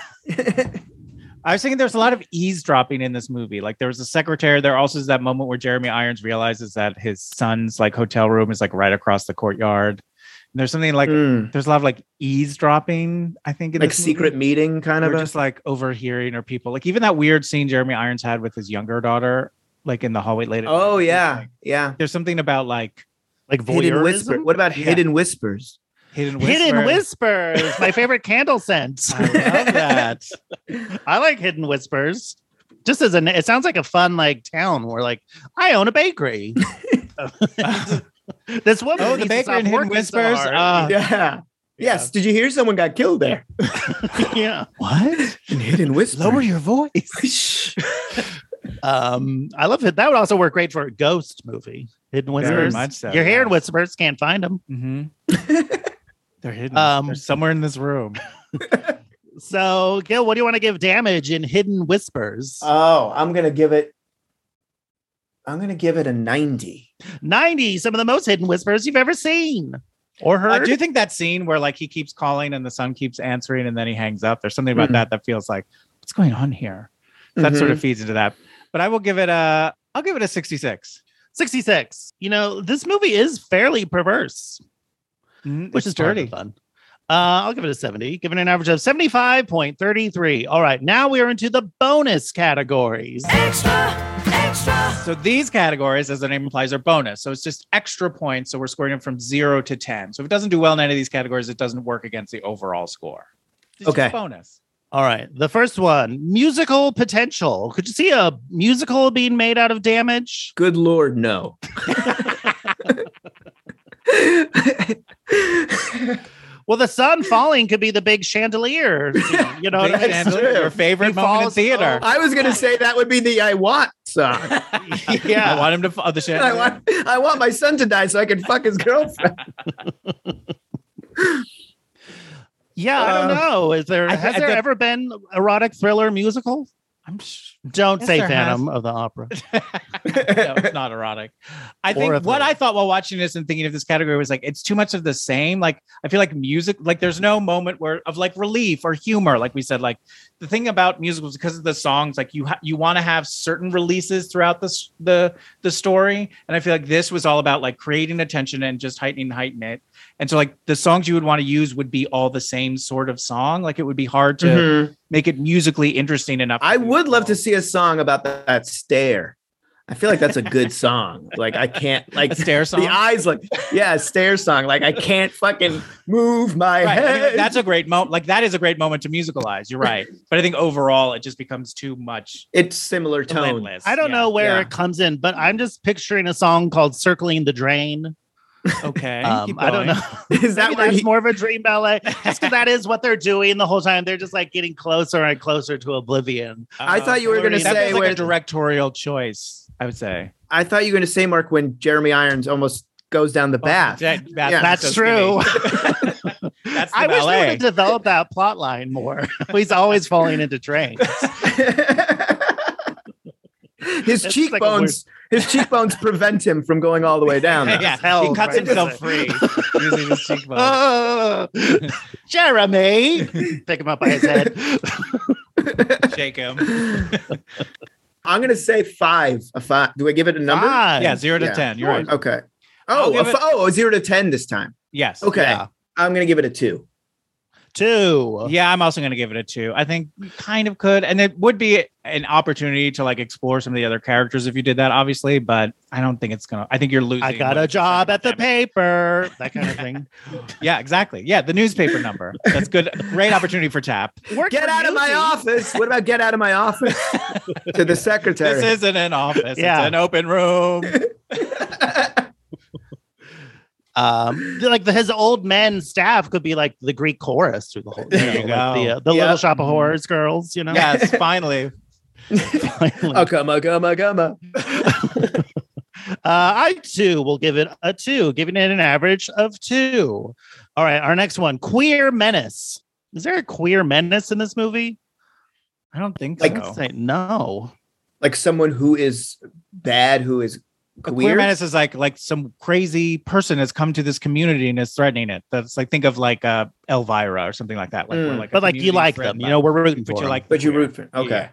B: I was thinking there's a lot of eavesdropping in this movie. Like there was a secretary. There also is that moment where Jeremy Irons realizes that his son's like hotel room is like right across the courtyard. And there's something like
D: Hmm.
B: there's a lot of like eavesdropping. I think in
D: Like
B: this movie.
D: secret meeting kind of
B: We're
D: a.
B: just like overhearing or people like even that weird scene Jeremy Irons had with his younger daughter, like in the hallway late. at
D: oh
B: night.
D: yeah,
B: Like,
D: yeah.
B: there's something about like
C: like
D: Hidden whisper.
C: voyeurism.
D: What about
B: Yeah.
D: hidden whispers?
B: hidden whisper. Oh,
C: Hidden whispers, my favorite candle scent.
B: I love that.
C: I like hidden whispers. Just as an, it sounds like a fun like town where like I own a bakery. this woman.
B: oh, the
C: needs to
B: baker
C: stop
B: and hidden
C: working so
B: whispers.
C: hard.
B: uh,
D: Yeah. Yes. Did you hear someone got killed there?
C: yeah.
B: what?
D: In hidden whisper.
B: Lower your voice.
C: Um, I love it. That would also work great for a ghost movie. Hidden whispers.
B: much so,
C: You're hearing
B: yes.
C: whispers, can't find them.
B: Mm-hmm. They're hidden.
C: Um,
B: They're somewhere in this room.
C: So, Gil, what do you want to give damage in hidden whispers?
D: oh, I'm gonna give it. I'm gonna give it a ninety.
C: 90, some of the most hidden whispers you've ever seen or
B: I
C: heard.
B: do think that scene where like he keeps calling and the son keeps answering and then he hangs up. There's something
C: Mm.
B: about
D: Mhm.
B: that that feels like what's going on here. That sort
C: Mm-hmm.
B: of feeds into that. But I will give it a. I'll give it a 66.
C: 66. You know, this movie is fairly perverse,
B: Mhm,
C: which
B: it's
C: is dirty fun. Uh, I'll give it a 70, giving it an average of 75.33. All right, now we are into the bonus categories.
B: So these categories, as the name implies, are bonus. So it's just extra points. So we're scoring it from zero to ten. So if it doesn't do well in any of these categories, it doesn't work against the overall score. It's just
D: Okay.
B: bonus.
C: All right, the first one musical potential. Could you see a musical being made out of damage?
D: Good lord, no.
C: Well, the sun falling could be the big chandelier. scene, You know, what I
B: Big
C: mean?
B: Chandler, your favorite
C: He
B: moment in
C: falls
B: theater.
D: I was gonna say that would be the I want song.
C: oh, yeah.
B: I want him to fall. The
D: I
B: chandelier.
D: want I want my son to die so I can fuck his girlfriend.
C: Yeah, I don't
D: Uh,
C: know. Is there
B: I-
C: has
B: I-
C: there
B: the-
C: ever been erotic thriller musical?
B: I'm sh-
C: Don't
B: Yes,
C: say
B: there has-
C: Phantom of the Opera.
B: no, it's not erotic. I
C: Or
B: think
C: if
B: what
C: there-
B: I thought while watching this and thinking of this category was like it's too much of the same. Like I feel like music, like there's no moment where of like relief or humor. Like we said, like the thing about musicals because of the songs, like you ha- you want to have certain releases throughout the s- the the story, and I feel like this was all about like creating attention and just heightening heightening it. And so like the songs you would want to use would be all the same sort of song. Like it would be hard to make it musically interesting enough.
D: Mm-hmm. I would love to
B: see
D: see a song about that, that stare. I feel like that's a good song. Like I can't like
B: a stare song.
D: the eyes like yeah, a stare song. Like I can't fucking move my
B: right. I mean,
D: head.
B: that's a great moment. Like that is a great moment to musicalize. You're right, but I think overall it just becomes too much.
D: it's similar tone.
B: relentless.
C: I don't know where
D: yeah.
C: it comes in, but I'm just picturing a song called "Circling the Drain."
B: Yeah. Okay.
C: Um,
B: keep
C: I don't
B: going.
C: know.
D: Is that
C: Maybe
D: where
C: that's
D: he-
C: more of a dream ballet? Just because that is what they're doing the whole time. They're just like getting closer and closer to oblivion.
D: I thought you were gonna
B: Uh, That feels
D: say
B: like
D: where-
B: a directorial choice. I would say
D: I thought you were gonna say, Mark, when Jeremy Irons almost goes down
C: Oh,
D: the bath.
B: That- that-
D: Yeah.
C: That's
B: so
C: true.
B: skinny. That's the
C: I wish they would
B: ballet.
C: have developed that plot line more. He's always falling into trains.
D: his
C: That's like a
D: cheekbones, his cheekbones prevent him from going all the way down. though.
B: yeah,
C: Hell,
B: he cuts
C: right.
B: himself free using his cheekbone.
C: Oh, Jeremy, pick him up by his head.
B: Shake him.
D: I'm gonna say five. A five. Do I give it a number?
C: Fine.
B: Yeah, zero to
D: Yeah.
B: ten. You're right.
D: Okay.
B: I'll
D: Oh, a
B: give
D: f-
B: it-
D: oh, a zero to ten this time.
B: Yes.
D: Okay.
C: Yeah.
D: I'm gonna give it a two.
C: two.
B: Yeah, I'm also going to give it a two. I think you kind of could, and it would be an opportunity to like explore some of the other characters if you did that, obviously. But I don't think it's gonna. I think you're losing.
C: I got a
B: what-
C: job at the
B: Damn it.
C: paper. That kind of thing.
B: Yeah, exactly. Yeah, the newspaper number. That's good. Great opportunity for tap.
C: Work
D: Get
C: for
D: out of my
C: Newsy.
D: office. What about get out of my office to the secretary?
B: This isn't an office.
C: Yeah.
B: It's an open room.
C: Um, like the, his old men staff could be like the Greek chorus through the whole.
B: There
C: you
B: you
C: know, like
B: go. Mm-hmm.
C: The, uh, the
D: Yep.
C: Little Shop of Horrors girls. You know.
B: yes, finally.
C: Finally.
D: oh, gumma, gumma, gumma.
C: Uh, I too will give it a two, giving it an average of two. All right, our next one, Queer Menace. Is there a queer menace in this movie?
B: I don't think
C: I
B: like,
C: can
B: so.
C: say no.
D: Like someone who is bad, who is
B: A
D: queer.
B: queer menace is like like some crazy person has come to this community and is threatening it. That's like think of like uh, Elvira or something like that. Like,
D: Mm.
B: we're, like a
C: But like you
B: community
C: like them,
B: threatened
C: you
B: by
C: know.
B: it.
C: We're rooting for
B: but you
C: them.
B: like
D: but you
B: the queer.
D: root for. Okay.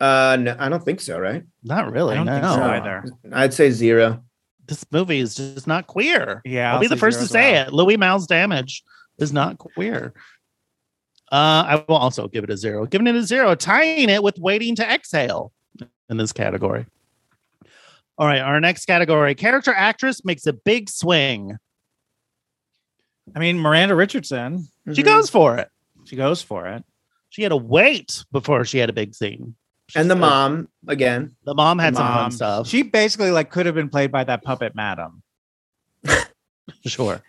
D: Uh, no, I don't think so. Right?
C: not really.
B: I don't
C: no,
B: think so
D: No.
B: either.
D: I'd say zero.
C: this movie is just not queer.
B: Yeah,
C: I'll, be the first to say it. Louis Mal's damage is not queer. Uh, I will also give it a zero. Giving it a zero, tying it with waiting to exhale in this category. All right, our next category: character actress makes a big swing.
B: I mean, Miranda Richardson,
C: She
D: Mhm.
C: goes for it.
B: she goes for it.
C: She had to wait before she had a big scene.
D: And the
C: She's-
D: mom again.
C: the mom had
D: the
C: some
B: Um,
C: fun stuff.
B: She basically like could have been played by that puppet madam.
C: sure,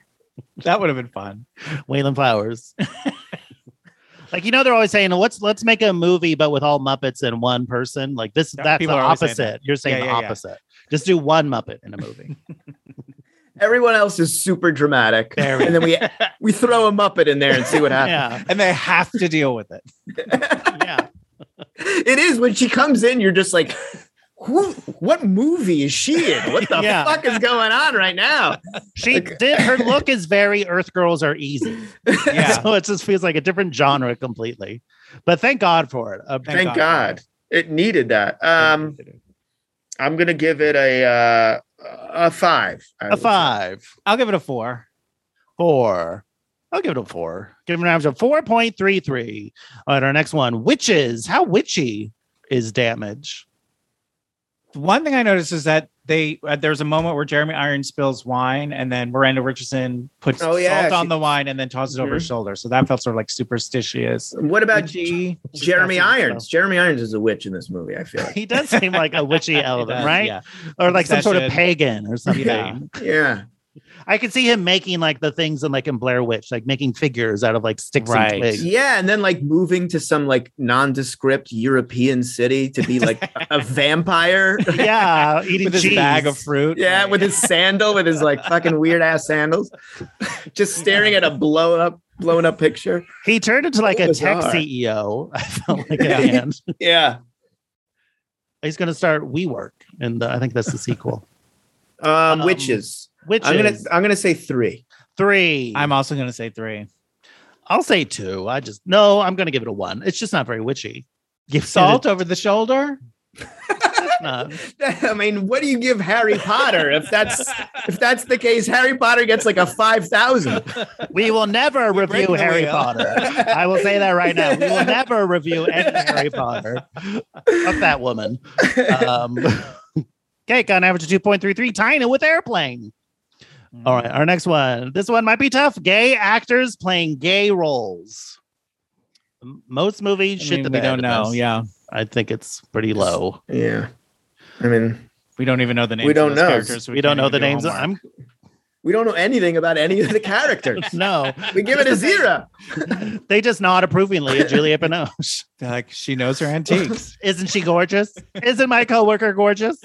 B: That would have been fun.
C: Waylon Flowers. like you know, they're always saying, "Let's let's make a movie, but with all Muppets and one person." Like this,
B: Yeah,
C: that's
B: people
C: the
B: are always saying
C: opposite.
B: that.
C: You're saying
B: Yeah,
C: the
B: yeah, yeah.
C: opposite. Just do one Muppet in a movie.
D: Everyone else is super dramatic.
C: There we
D: and then we we throw a Muppet in there and see what happens.
C: yeah,
B: And they have to deal with it.
C: yeah.
D: It is when she comes in, you're just like, who? What movie is she in? What the
C: Yeah.
D: fuck is going on right now?
C: She did. Her look is very Earth Girls Are Easy.
B: Yeah.
C: So it just feels like a different genre completely. But thank God for it. A
D: Thank, God. It needed that. Um, I'm gonna give it a uh, a five. I
C: a
D: would say.
C: five,
B: I'll give it a four.
C: four. I'll give it a four. Give it an average of four point three three. All right, our next one: witches. How witchy is damage?
B: One thing I noticed is that they uh, there's a moment where Jeremy Irons spills wine and then Miranda Richardson puts
D: Oh, yeah,
B: salt on
D: she-
B: the wine and then tosses it over
D: Mhm.
B: his shoulder. So that felt sort of like superstitious.
D: What about
B: Witchy.
D: Jeremy
C: Just asking
D: Irons? Jeremy Irons is a witch in this movie. I feel like.
C: He does seem like a witchy element,
B: does,
C: right?
B: yeah.
C: Or like some sort of
B: Obsession.
C: pagan or something.
B: Yeah.
D: Yeah,
C: I could see him making like the things in like in Blair Witch, like making figures out of like sticks
F: Right.
C: and twigs.
D: Yeah, and then like moving to some like nondescript European city to be like a, a vampire.
C: Yeah, eating
B: with his
C: cheese.
B: bag of fruit.
D: Yeah, with his sandal, with his like fucking weird ass sandals, just staring at a blown up, blown up picture.
C: He turned into like a tech
D: Bizarre.
C: CEO. I felt like
D: Yeah.
C: a man.
D: Yeah.
C: He's going to start WeWork, and uh, I think that's the sequel.
D: Um,
C: Um,
D: witches.
C: Which
D: I'm gonna,
C: is
D: I'm gonna say three.
C: three.
B: I'm also going to say three.
C: I'll say two. I just no. I'm going to give it a one. It's just not very witchy. Give
B: Salt over the shoulder.
C: Not.
D: I mean, what do you give Harry Potter if that's if that's the case? Harry Potter gets like a five thousand.
C: We will never review
F: breaking the
C: Harry
F: wheel.
C: Potter. I will say that right now. We will never review any Harry Potter. Fuck that woman. Um, cake on average of 2.33, tying it with airplane.
B: Mm.
C: All right, our next one. This one might be tough. Gay actors playing gay roles. M- Most movies
B: I
C: shit
B: mean,
C: the
B: we
C: bed
B: don't
C: at
B: know.
C: this.
B: Yeah,
C: I think it's pretty low.
D: Yeah, I mean,
B: we don't even know the names.
D: don't
B: of those
D: know.
B: Characters, so
C: We don't
B: can't
C: know
B: even
C: the
B: do
C: names.
B: homework.
C: I'm
D: we don't know anything about any of the characters.
C: no.
D: We give it a zero.
C: They just nod approvingly at Julia Binoche.
B: They're like she knows her antiques.
C: Isn't she gorgeous? Isn't my coworker gorgeous?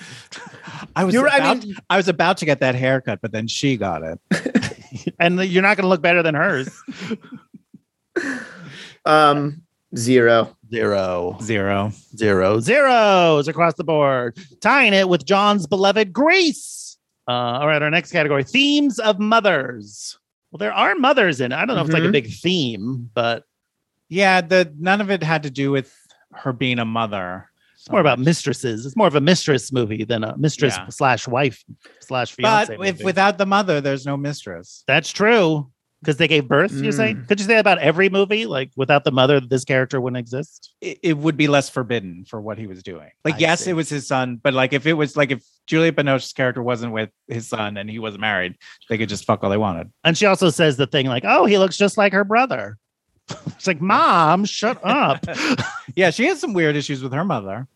B: I was
D: You're- I
B: about, I, was about to get that haircut, but then she got it.
C: And you're not going to look better than hers.
D: Um, zero.
C: Zero,
B: Zero.
C: zero, zeros across the board, tying it with John's beloved Greece. Uh, all right, our next category themes of mothers. Well, there are mothers in it. I don't know if it's like a
D: Mhm.
C: big theme, but
B: Yeah, the none of it had to do with her being a mother. Um,
C: it's more about mistresses. It's more of a mistress movie than a mistress
B: Yeah.
C: slash wife slash
B: But
C: fiance.
B: if
C: movie.
B: without the mother, there's no mistress.
C: that's true, because they gave birth, you're saying? Could you say that about every movie? Like without the mother, this character wouldn't exist.
B: it, it would be less forbidden for what he was doing. Like,
C: I
B: yes,
C: see.
B: it was his son, but like if it was like if Julia Binoche's character wasn't with his son and he wasn't married, they could just fuck all they wanted.
C: And she also says the thing like, "Oh, he looks just like her brother." it's like, "Mom, shut up."
B: Yeah, she has some weird issues with her mother.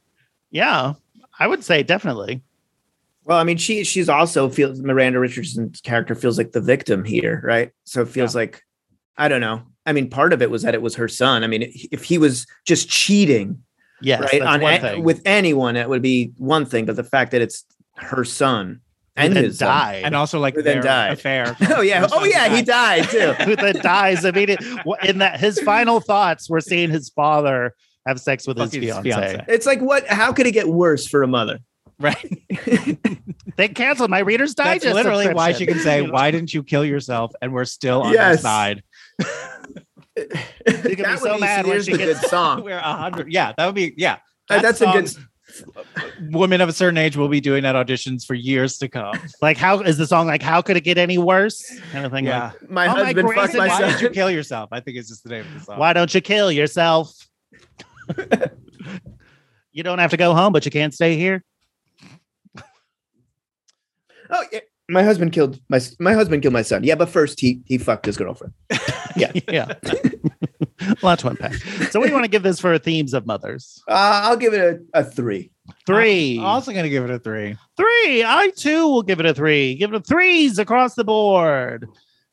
C: Yeah, I would say definitely.
D: Well, I mean, she she's also feels Miranda Richardson's character feels like the victim here, right? So it feels like I don't know. I mean, part of it was that it was her son. I mean, if he was just cheating,
C: Yes,
D: right,
C: that's
D: on
C: one
D: a-
C: thing.
D: with anyone, it would be one thing. But the fact that it's her son and
C: and then
D: his son.
C: died.
B: And also like
D: Who then
B: their
D: died.
B: affair.
D: Oh yeah, oh yeah, he died too.
C: who then dies immediately. In that, his final thoughts were seeing his father have sex with his
B: Fuck his
C: fiance.
B: fiance.
D: It's like what? How could it get worse for a mother?
B: Right.
C: They canceled my Reader's
B: That's
C: Digest.
B: literally why she
C: subscription.
B: can say, Why didn't you kill yourself? And we're still on your
D: Yes.
B: side.
D: that
C: be so mad when
D: here's
C: she
D: the
C: gets-
D: good song.
B: We're a hundred. Yeah, that would be yeah.
D: Uh,
B: That
D: That's a good.
B: song- Women of a certain age will be doing that auditions for years to come.
C: like, how is the song like? How could it get any worse? Kind of thing. like,
B: Yeah.
D: My
C: Oh my
D: husband
C: gracious,
D: fucked my
B: Why did
D: son.
B: you kill yourself? I think it's just the name of the song.
C: why don't you kill yourself? you don't have to go home, but you can't stay here.
D: Oh, yeah. my husband killed my my husband killed my son. Yeah, but first he he fucked his girlfriend.
C: Yeah. Lots to unpack. So, what do you want to give this for themes of mothers?
D: Uh, I'll give it a, a three.
B: Uh,
C: Three.
B: I'm also gonna give it a three.
C: Three. I too will give it a three. Give it a threes across the board.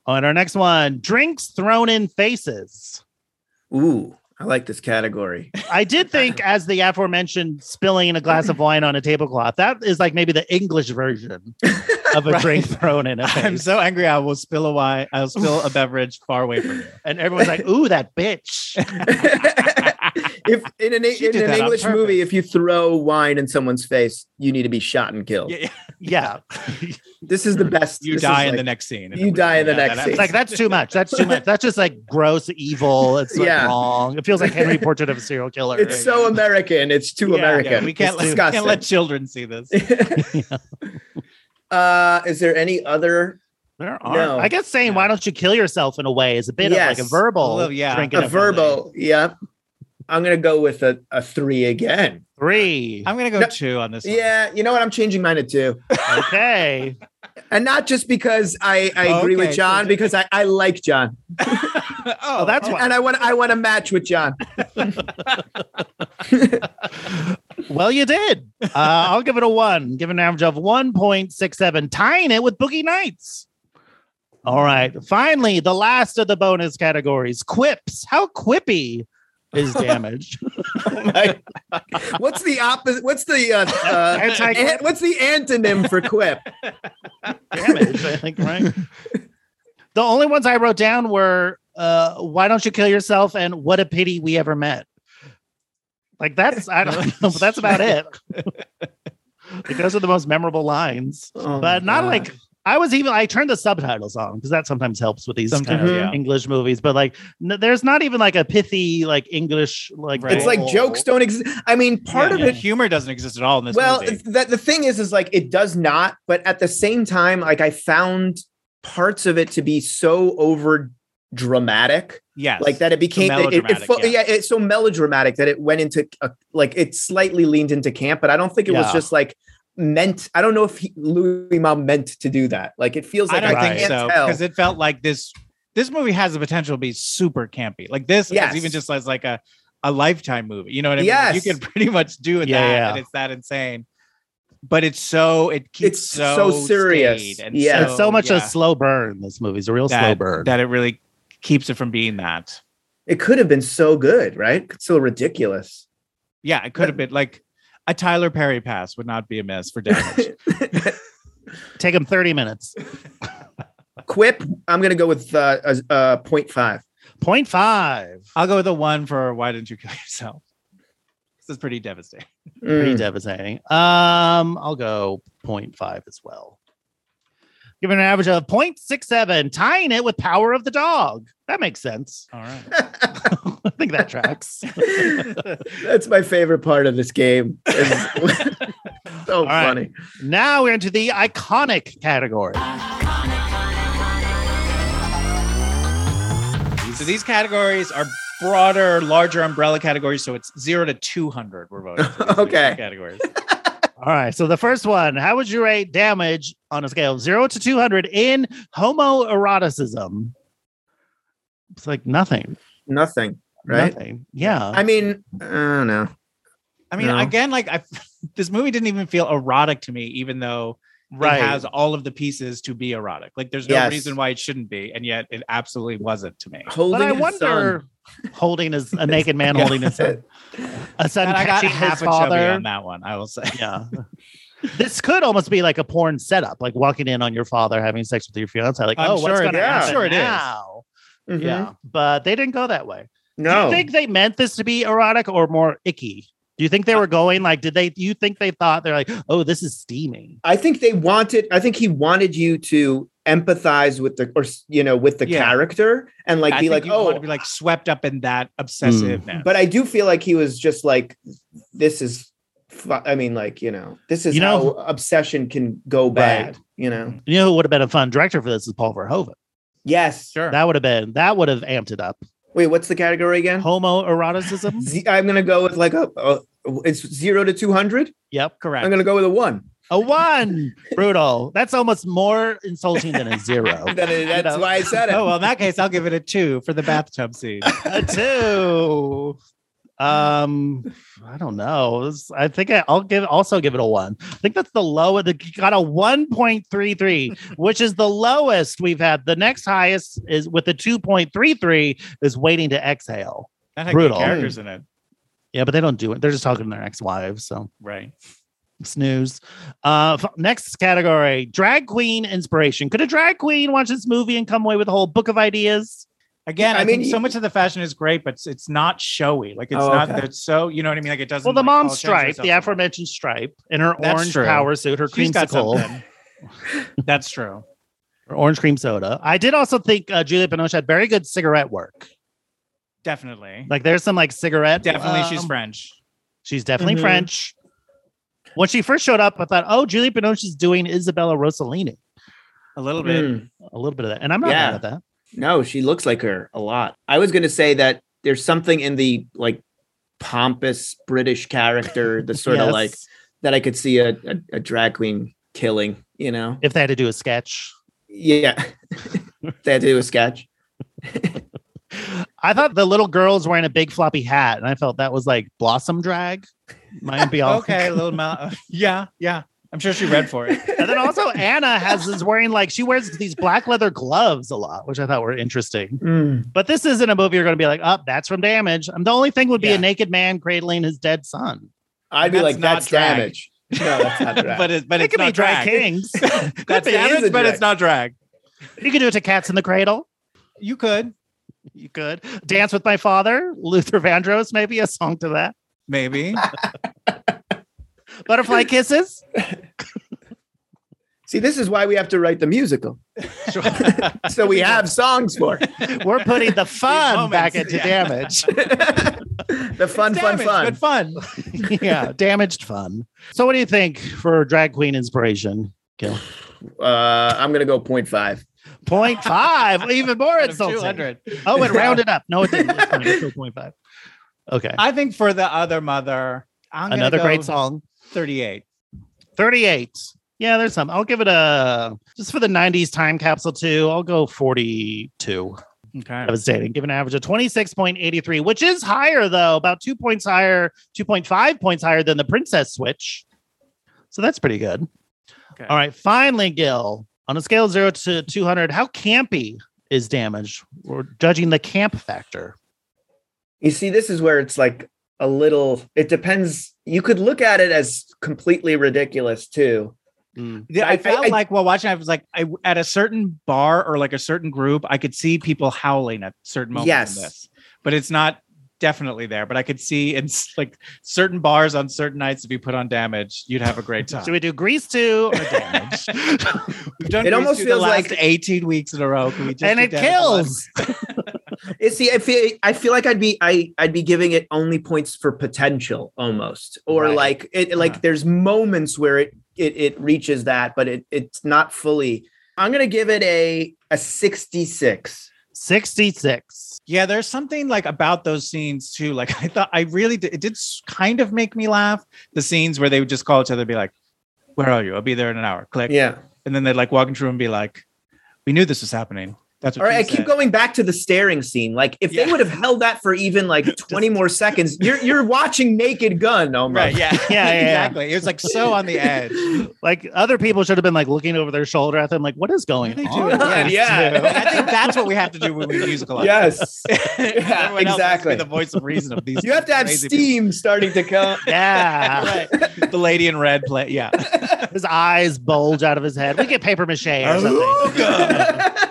C: On our next one, drinks thrown in faces.
D: Ooh, I like this category.
C: I did think, as the aforementioned spilling a glass of wine on a tablecloth, that is like maybe the English version of a
B: Right.
C: drink thrown in a
B: I'm
C: face.
B: so angry. I will spill a wine. I'll spill a beverage far away from you.
C: and everyone's like, "Ooh, that bitch!"
D: if in an
B: She
D: in
B: did
D: an
B: that on
D: English
B: purpose.
D: movie, if you throw wine in someone's face, you need to be shot and killed.
B: Yeah, yeah.
C: Yeah,
D: This is the best.
B: You
D: this
B: die
D: Oh, is
B: in the
D: like-
B: next scene.
D: you die in the next
B: that-
D: scene.
C: it's like that's too much. That's too much. That's just like gross evil. It's like
D: Yeah.
C: wrong. It feels like Henry Portrait of a Serial Killer.
D: It's so American. It's too
C: Yeah, yeah,
D: American.
B: Yeah, we can't,
D: It's
B: let, we can't let
D: disgusting.
B: children see this.
D: uh, is there any other
C: There are.
D: No.
C: I guess saying "Why don't you kill yourself?" in a way is a bit of like
D: Yes.
C: a verbal.
B: Well, yeah.
C: drink in
D: a verbal? Yeah, I'm gonna go with a, a three again.
C: Three.
B: I'm gonna go
D: No.
B: two on this. one.
D: Yeah, you know what? I'm changing mine to two.
C: Okay.
D: and not just because I, I agree
B: Okay,
D: with John,
B: so-
D: because I, I like John,
C: Oh, that's why.
D: and I want I want to match with John.
C: Well, you did. Uh, I'll give it a one. Give it an average of one point six seven, tying it with Boogie Nights. All right. Finally, the last of the bonus categories quips. How quippy is damage?
D: What's the opposite? What's the uh, uh,
C: Anti-
D: an- what's the antonym for quip?
C: damage, I think, right? The only ones I wrote down were uh, why don't you kill yourself and what a pity we ever met. Like that's I don't know, but that's about it. like those are the most memorable lines.
D: Oh,
C: but not
D: God.
C: like I was even I turned the subtitles on because that sometimes helps with these kind
B: Sometimes,
C: of
B: yeah.
C: English movies. But like, n- there's not even like a pithy like English like
B: Right.
D: it's like jokes don't exist. I mean, part
B: Yeah.
D: of it
B: humor doesn't exist at all in this
D: well
B: movie.
D: that the thing is is like it does not but at the same time like i found parts of it to be so over dramatic
B: Yes.
D: like that it became it- it, it,
B: melodramatic,
D: fo-
B: yeah.
D: yeah. it's so melodramatic that it went into a, like it slightly leaned into camp but i don't think it was
C: Yeah.
D: just like meant i don't know if he, louis Mal meant to do that like it feels
B: I
D: like
B: don't
D: i,
C: Right.
B: think
D: can't
B: so
D: tell
B: because it felt like this. This movie has the potential to be super campy. Like this
D: Yes.
B: is even just as like a a lifetime movie. You know what I mean? Like,
D: Yes.
B: you can pretty much do that,
C: Yeah, yeah.
B: and it's that insane. But it's so it keeps
D: It's
B: so,
D: so serious.
B: staid and
D: Yeah.
C: It's so much
B: oh, yeah,
C: a slow burn. This movie's a real
B: that,
C: slow burn.
B: that it really keeps it from being that.
D: it could have been so good right it's so ridiculous
B: Yeah, it could have been like a Tyler Perry pass would not be amiss for damage.
C: Take them 30 minutes.
D: quip i'm gonna go with uh, a, a 0.5
C: Point five.
B: I'll go with the one for why didn't you kill yourself? This is pretty devastating.
C: Pretty
D: Mm.
C: devastating. Um, I'll go 0.5 as well. Giving an average of 0.67, tying it with power of the dog. That makes sense.
B: All right.
C: I think that tracks.
D: That's my favorite part of this game. It's so
C: right.
D: funny.
C: now we're into the iconic category.
B: So these categories are broader, larger umbrella categories. So it's zero to two hundred. We're voting. For these
D: Okay.
B: Categories.
C: All right. So the first one, how would you rate damage on a scale of zero to 200 in homoeroticism? It's like nothing,
D: Nothing, right?
C: Nothing. Yeah.
D: I mean, I don't know.
B: I mean,
D: No.
B: again, like I, this movie didn't even feel erotic to me, even though it has all of the pieces to be erotic. Like there's no
D: Yes.
B: reason why it shouldn't be, and yet it absolutely wasn't to me.
D: Holding
C: but I
D: his
C: wonder, holding his a naked man
B: Yeah.
C: holding his son, a son
B: And I got
C: catching his
B: half a chubby
C: father.
B: on that one. I will say.
C: Yeah, this could almost be like a porn setup, like walking in on your father having sex with your fiance. Like,
B: I'm
C: oh,
B: sure
C: what's
B: it-
C: going to
D: yeah, I'm
C: happen
B: sure it is. Mm-hmm.
C: now?
D: son. Mhm.
C: Yeah, but they didn't go that way. Do
D: No.
C: you think they meant this to be erotic or more icky? Do you think they were going like? Did they? You think they thought they're like, oh, this is steamy?
D: I think they wanted. I think he wanted you to empathize with the, or you know, with the
B: Yeah.
D: character, and like
B: I
D: be
B: think
D: like,
B: you want
D: oh.
B: to be like swept up in that
C: Mm.
B: obsessiveness.
D: But I do feel like he was just like, this is. fu- I mean, like you know, this is
C: You know-
D: how obsession can go
C: Bad.
D: bad. You know.
C: You know who would have been a fun director for this is Paul Verhoeven.
D: Yes.
B: sure. Mm-hmm.
C: That would have been that would have amped it up.
D: Wait, what's the category again?
C: Homoeroticism.
D: Z- I'm gonna go with like a, a it's zero to two hundred.
C: yep.
B: correct.
D: I'm gonna go with a one.
C: A one. Brutal. That's almost more insulting than a zero.
D: That- that's
C: know.
D: why I said it.
B: oh well, in that case, I'll give it a two for the bathtub scene.
C: a two. Um, I don't know. This- I think I, I'll give also give it a one. I think that's the lowest. They got a one point three three, which is the lowest we've had. The next highest is with the two point three three is waiting to exhale.
B: That had
C: Brutal.
B: good characters in it,
C: Yeah, but they don't do it. They're just talking to their ex wives. So
B: right?
C: snooze. Uh, f- next category: drag queen inspiration. Could a drag queen watch this movie and come away with a whole book of ideas?
B: Again,
D: I
B: I,
D: mean,
B: think so much of the fashion is great, but it's, it's not showy. Like it's
D: Oh,
B: not
D: okay.
B: that so. You know what I mean? Like it doesn't.
C: Well, the
B: like,
C: mom
B: all change
C: stripe,
B: herself
C: the
B: so much.
C: aforementioned stripe, in her
B: That's
C: orange
B: true.
C: power suit, her
B: She's got
C: creamsicle,
B: something. That's true.
C: her orange cream soda. I did also think uh, Julia Binoche had very good cigarette work.
B: Definitely.
C: Like there's some like cigarette.
B: definitely, she's
C: um,
B: French.
C: She's definitely
D: Mhm.
C: French. When she first showed up, I thought, oh, Julia Binoche is doing Isabella Rossellini.
B: A little bit.
D: Mm.
C: A little bit of that, and I'm not
D: Yeah.
C: mad at that.
D: No, she looks like her a lot. I was gonna say that there's something in the like pompous British character, the sort of
C: Yes.
D: like that I could see a, a, a drag queen killing. You know?
C: if they had to do a sketch.
D: Yeah. they had to do a sketch.
C: I thought the little girl's wearing a big floppy hat, and I felt that was like blossom drag. Might be all
B: Okay, a little mouth. uh, yeah, yeah. I I'm sure she read for it.
C: And then also Anna has is wearing like she wears these black leather gloves a lot, which I thought were interesting.
D: Mm.
C: But this isn't a movie you're going to be like, oh, that's from Damage. Um, the only thing would be
B: Yeah.
C: a naked man cradling his dead son.
D: I'd be
B: That's
D: like,
B: not
D: that's
B: drag.
D: damage. No, that's not drag.
B: but it, but
C: It
B: it's
C: could
B: not
C: be Drag Kings.
B: That's
D: be, it is
B: damage,
D: a
B: but
D: drag.
B: it's not drag.
C: You could do it to Cats in the Cradle.
B: You could
C: You could dance with my father, Luther Vandross. Maybe a song to that.
B: maybe.
C: Butterfly kisses.
D: See, this is why we have to write the musical.
B: Sure.
D: So we have songs for it.
C: We're putting the fun
B: moments,
C: back into
B: yeah.
C: damage.
D: the fun, fun,
B: Damage,
D: fun.
B: but fun.
C: yeah, damaged fun. So, what do you think for drag queen inspiration? Gil?
D: Uh, I'm gonna go 0.5.
C: Point five, even more
B: Out of
C: insulting.
B: 200.
C: Oh, it rounded up. No, it didn't. It's fine. It's still Point five. Okay,
B: I think for the other mother, I'm gonna
C: another
B: go
C: great song.
B: 38.
C: Thirty-eight. Yeah, there's some. I'll give it a just for the '90s time capsule too. I'll go forty-two.
B: Okay.
C: Devastating. Give an average of 26.83, which is higher, though, about two points higher, 2.5 points higher than the Princess Switch. So that's pretty good.
B: Okay.
C: All right. Finally, Gil, on a scale of zero to 200, how campy is damage? We're judging the camp factor.
D: You see, this is where it's like a little. It depends. You could look at it as completely ridiculous too.
B: Yeah, I,
D: I-
B: felt
D: I-
B: like while watching, I was like, I, at a certain bar or like a certain group, I could see people howling at certain moments.
D: Yes.
B: in this, but it's not definitely there. But I could see in s- like certain bars on certain nights, if you put on damage, you'd have a great time.
C: Should we do Grease 2 or damage?
B: We've done
D: It
B: these
D: almost
B: two
D: feels
B: the last
D: like-
B: 18 weeks in a row. Can we just
C: and
B: do
C: it
B: damage
C: kills.
D: It, see, I feel. I feel like I'd be. I I'd be giving it only points for potential almost, or
C: Right.
D: like it.
B: Uh-huh.
D: Like there's moments where it it it reaches that, but it it's not fully. I'm gonna give it a a 66.
C: 66.
B: Yeah, there's something like about those scenes too. Like I thought, I really did, it did s- kind of make me laugh. The scenes where they would just call each other, and be like, "Where are you? I'll be there in an hour." Click,
D: Yeah.
B: and then they'd like walk into a room and be like, "We knew this was happening." That's what
D: All right,
B: she
D: I keep
B: said.
D: going back to the staring scene. Like if
B: Yeah.
D: they would have held that for even like 20 more seconds, you're you're watching Naked Gun almost.
B: Right? Yeah,
C: yeah, yeah.
B: exactly. It was like so on the edge.
C: Like other people should have been like looking over their shoulder at them, like, what is going
B: What are they
C: on?
B: doing?
D: Yeah. Yeah.
B: I think that's what we have to do when we musicalize.
D: Yes. yeah,
B: Everyone else has to be
D: exactly.
B: the voice of reason of these.
D: You have to have
B: crazy
D: steam starting to come.
C: Yeah.
B: people. Right. The lady in red play. Yeah.
C: His eyes bulge out of his head. We get paper mache or
B: Oh.
C: something.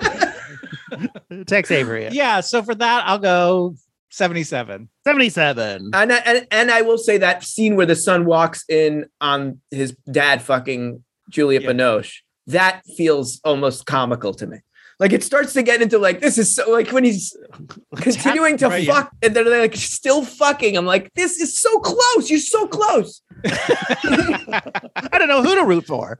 C: Tex Avery.
B: Yeah. So for that, I'll go 77.
C: 77.
D: and, I, and and I will say that scene where the son walks in on his dad fucking Julia
B: Yeah.
D: Binoche, that feels almost comical to me. Like it starts to get into like this is so like when he's continuing to
B: Right, yeah.
D: fuck and they're like still fucking. I'm like, this is so close. You're so close.
C: I don't know who to root for.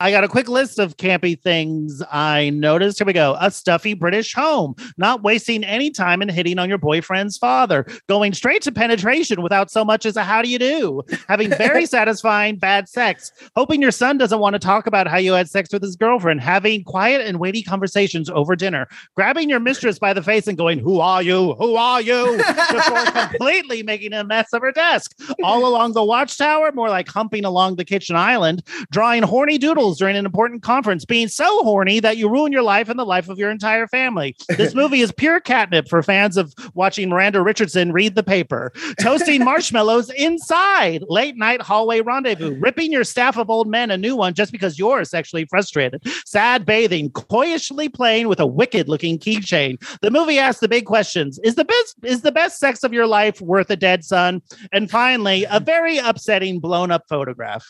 C: I got a quick list of campy things I noticed. Here we go. A stuffy British home, not wasting any time in hitting on your boyfriend's father, going straight to penetration without so much as a how do you do, having very satisfying bad sex, hoping your son doesn't want to talk about how you had sex with his girlfriend, having quiet and weighty conversations over dinner, grabbing your mistress by the face and going, Who are you? Who are you? before completely making a mess of her desk. All along the watchtower, more like humping along the kitchen island drawing horny doodles during an important conference, being so horny that you ruin your life and the life of your entire family. This movie is pure catnip for fans of watching Miranda Richardson read the paper, toasting marshmallows inside, late night hallway rendezvous, ripping your staff of old men a new one just because you're sexually frustrated, sad bathing, coyishly playing with a wicked looking keychain. The movie asks the big questions: Is the best is the best sex of your life worth a dead son? And finally, a very upsetting blown up photograph.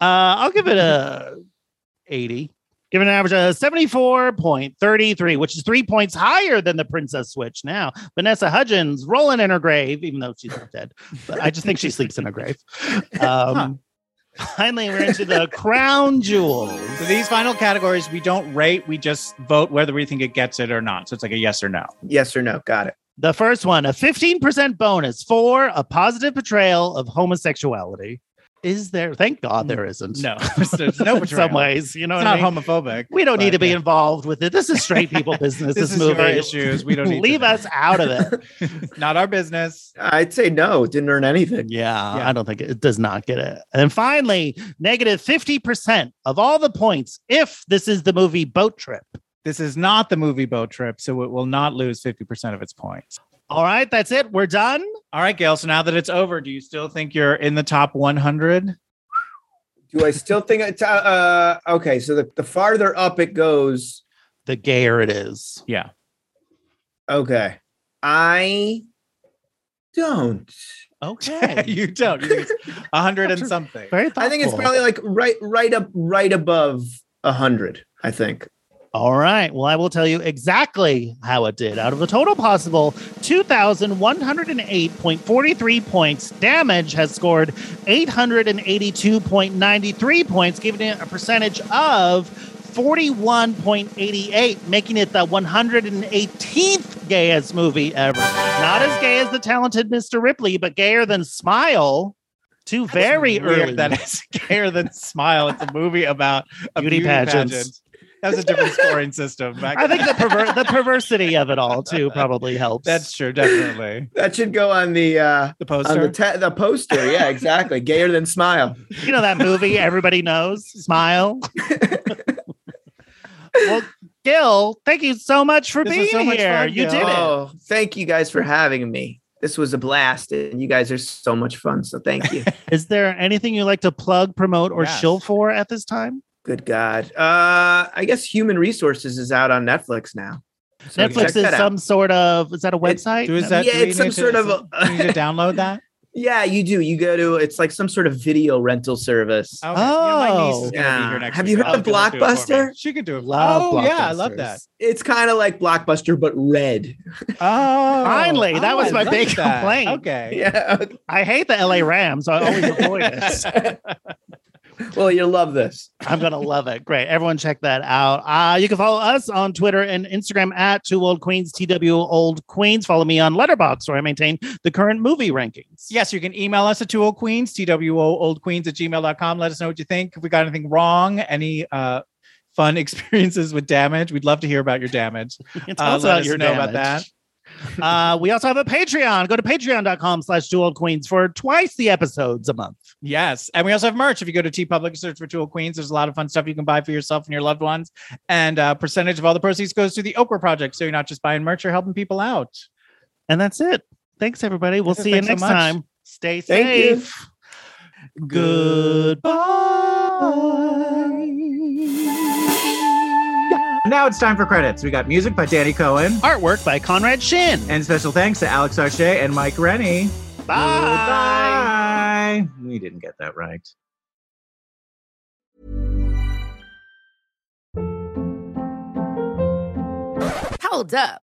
C: Uh, I'll give it a 80. Give it an average of 74.33, which is three points higher than the Princess Switch now. Vanessa Hudgens rolling in her grave, even though she's not dead. But I just think she sleeps in her grave. Um, Finally, we're into the crown jewels.
B: So these final categories, we don't rate, we just vote whether we think it gets it or not. So it's like a yes or no.
D: yes or no. Got it.
C: The first one, a 15% bonus for a positive portrayal of homosexuality. Is there? Thank God there isn't.
B: Mm, No, there's no
C: in some
B: betrayal.
C: ways, you know,
B: it's
C: what I
B: not
C: mean?
B: homophobic.
C: We don't need
B: but
C: to be
B: yeah.
C: involved with it. This is straight people business.
B: This
C: this,
B: is
C: movie
B: your issues. We don't need to
C: leave
B: know.
C: us out of it.
B: Not our business.
D: I'd say no. It didn't earn anything.
C: Yeah,
B: Yeah.
C: I don't think it, it does not get it. And then finally, negative 50% of all the points if this is the movie Boat Trip.
B: This is not the movie boat trip, so it will not lose 50% of its points.
C: All right, that's it. We're done.
B: All right, Gail. So now that it's over, do you still think you're in the top 100?
D: Do I still think it's uh, uh okay? So the, the farther up it goes,
C: The gayer it is.
B: Yeah.
D: okay. I don't.
C: Okay.
B: you don't. You think it's 100 and something.
C: Very thoughtful.
D: I think it's probably like right right up right above a hundred, I think.
C: All right. Well, I will tell you exactly how it did. Out of the total possible 2,108.43 points, Damage has scored 882.93 points, giving it a percentage of 41.88, making it the 118th gayest movie ever. Not as gay as The Talented Mr. Ripley, but gayer than Smile. Two very
B: Weird
C: early.
B: That is gayer than smile. It's a movie about a
C: Beauty
B: beauty,
C: pageants.
B: pageant. That was a different scoring system. Back
C: I think the, perver- the perversity of it all, too, probably helps.
B: that's true. Definitely
D: That should go on the uh
B: the
D: on the
B: poster.
D: te- the poster. Yeah, exactly. Gayer than smile.
C: you know that movie everybody knows smile well gil thank you so much for
B: This was
C: being
B: so much
C: here
B: fun,
C: you
B: Gil.
C: did it
D: Oh, thank you guys for having me. This was a blast, and you guys are so much fun. So thank you.
C: is there anything you like to plug promote or
B: Yes.
C: shill for at this time
D: Good God. Uh, I guess Human Resources is out on Netflix now. So check
C: netflix is
D: that out.
C: some sort of is that a website
B: Do- is that,
D: Yeah,
B: do we
D: it's some
B: need to-
D: sort of a-
B: do we need to download that.
D: Yeah, you do. You go to it's like some sort of video rental service.
B: Okay. You know, my niece is gonna
D: Oh.
B: be here next
D: Have
B: week.
D: you heard
B: I'll
D: of
B: have to do it for me.
D: Blockbuster?
B: She could do it.
C: Love
B: oh yeah, I
C: Blockbusters.
B: love that.
D: It's kind of like Blockbuster, but red.
B: Oh,
C: Finally, that was
B: I
C: my
B: like
C: big
B: that.
C: complaint.
B: Okay.
D: Yeah.
C: i hate the la rams i always avoid it
D: well, you'll love this.
C: I'm gonna love it. Great. Everyone check that out. Uh, you can follow us on Twitter and Instagram at Two Old Queens, TW Old Queens. Follow me on Letterbox where I maintain the current movie rankings.
B: Yes, you can email us at two old queens, TWO old queens at gmail.com. Let us know what you think. If we got anything wrong, any uh, fun experiences with damage, we'd love to hear about your damage.
C: It's
B: Uh,
C: also
B: let
C: out
B: us
C: your
B: know about
C: damage. uh, we also have a Patreon. Go to patreon.com slash two old queens for twice the episodes a month.
B: Yes. And we also have merch. If you go to T Public search for Two Old Queens, there's a lot of fun stuff you can buy for yourself and your loved ones. And uh, percentage of all the proceeds goes to the Okra Project. So you're not just buying merch, you're helping people out.
C: And that's it. Thanks, everybody. We'll
B: Yes,
C: see you
B: thanks so
C: next
B: much.
C: time. Stay
D: Thank you.
C: safe. Goodbye.
B: Now it's time for credits. We got music by Danny Cohen.
C: Artwork by Conrad Shin.
B: And special thanks to Alex Arche and Mike Rennie.
C: Bye.
B: Bye. We didn't get that right.
G: Hold up.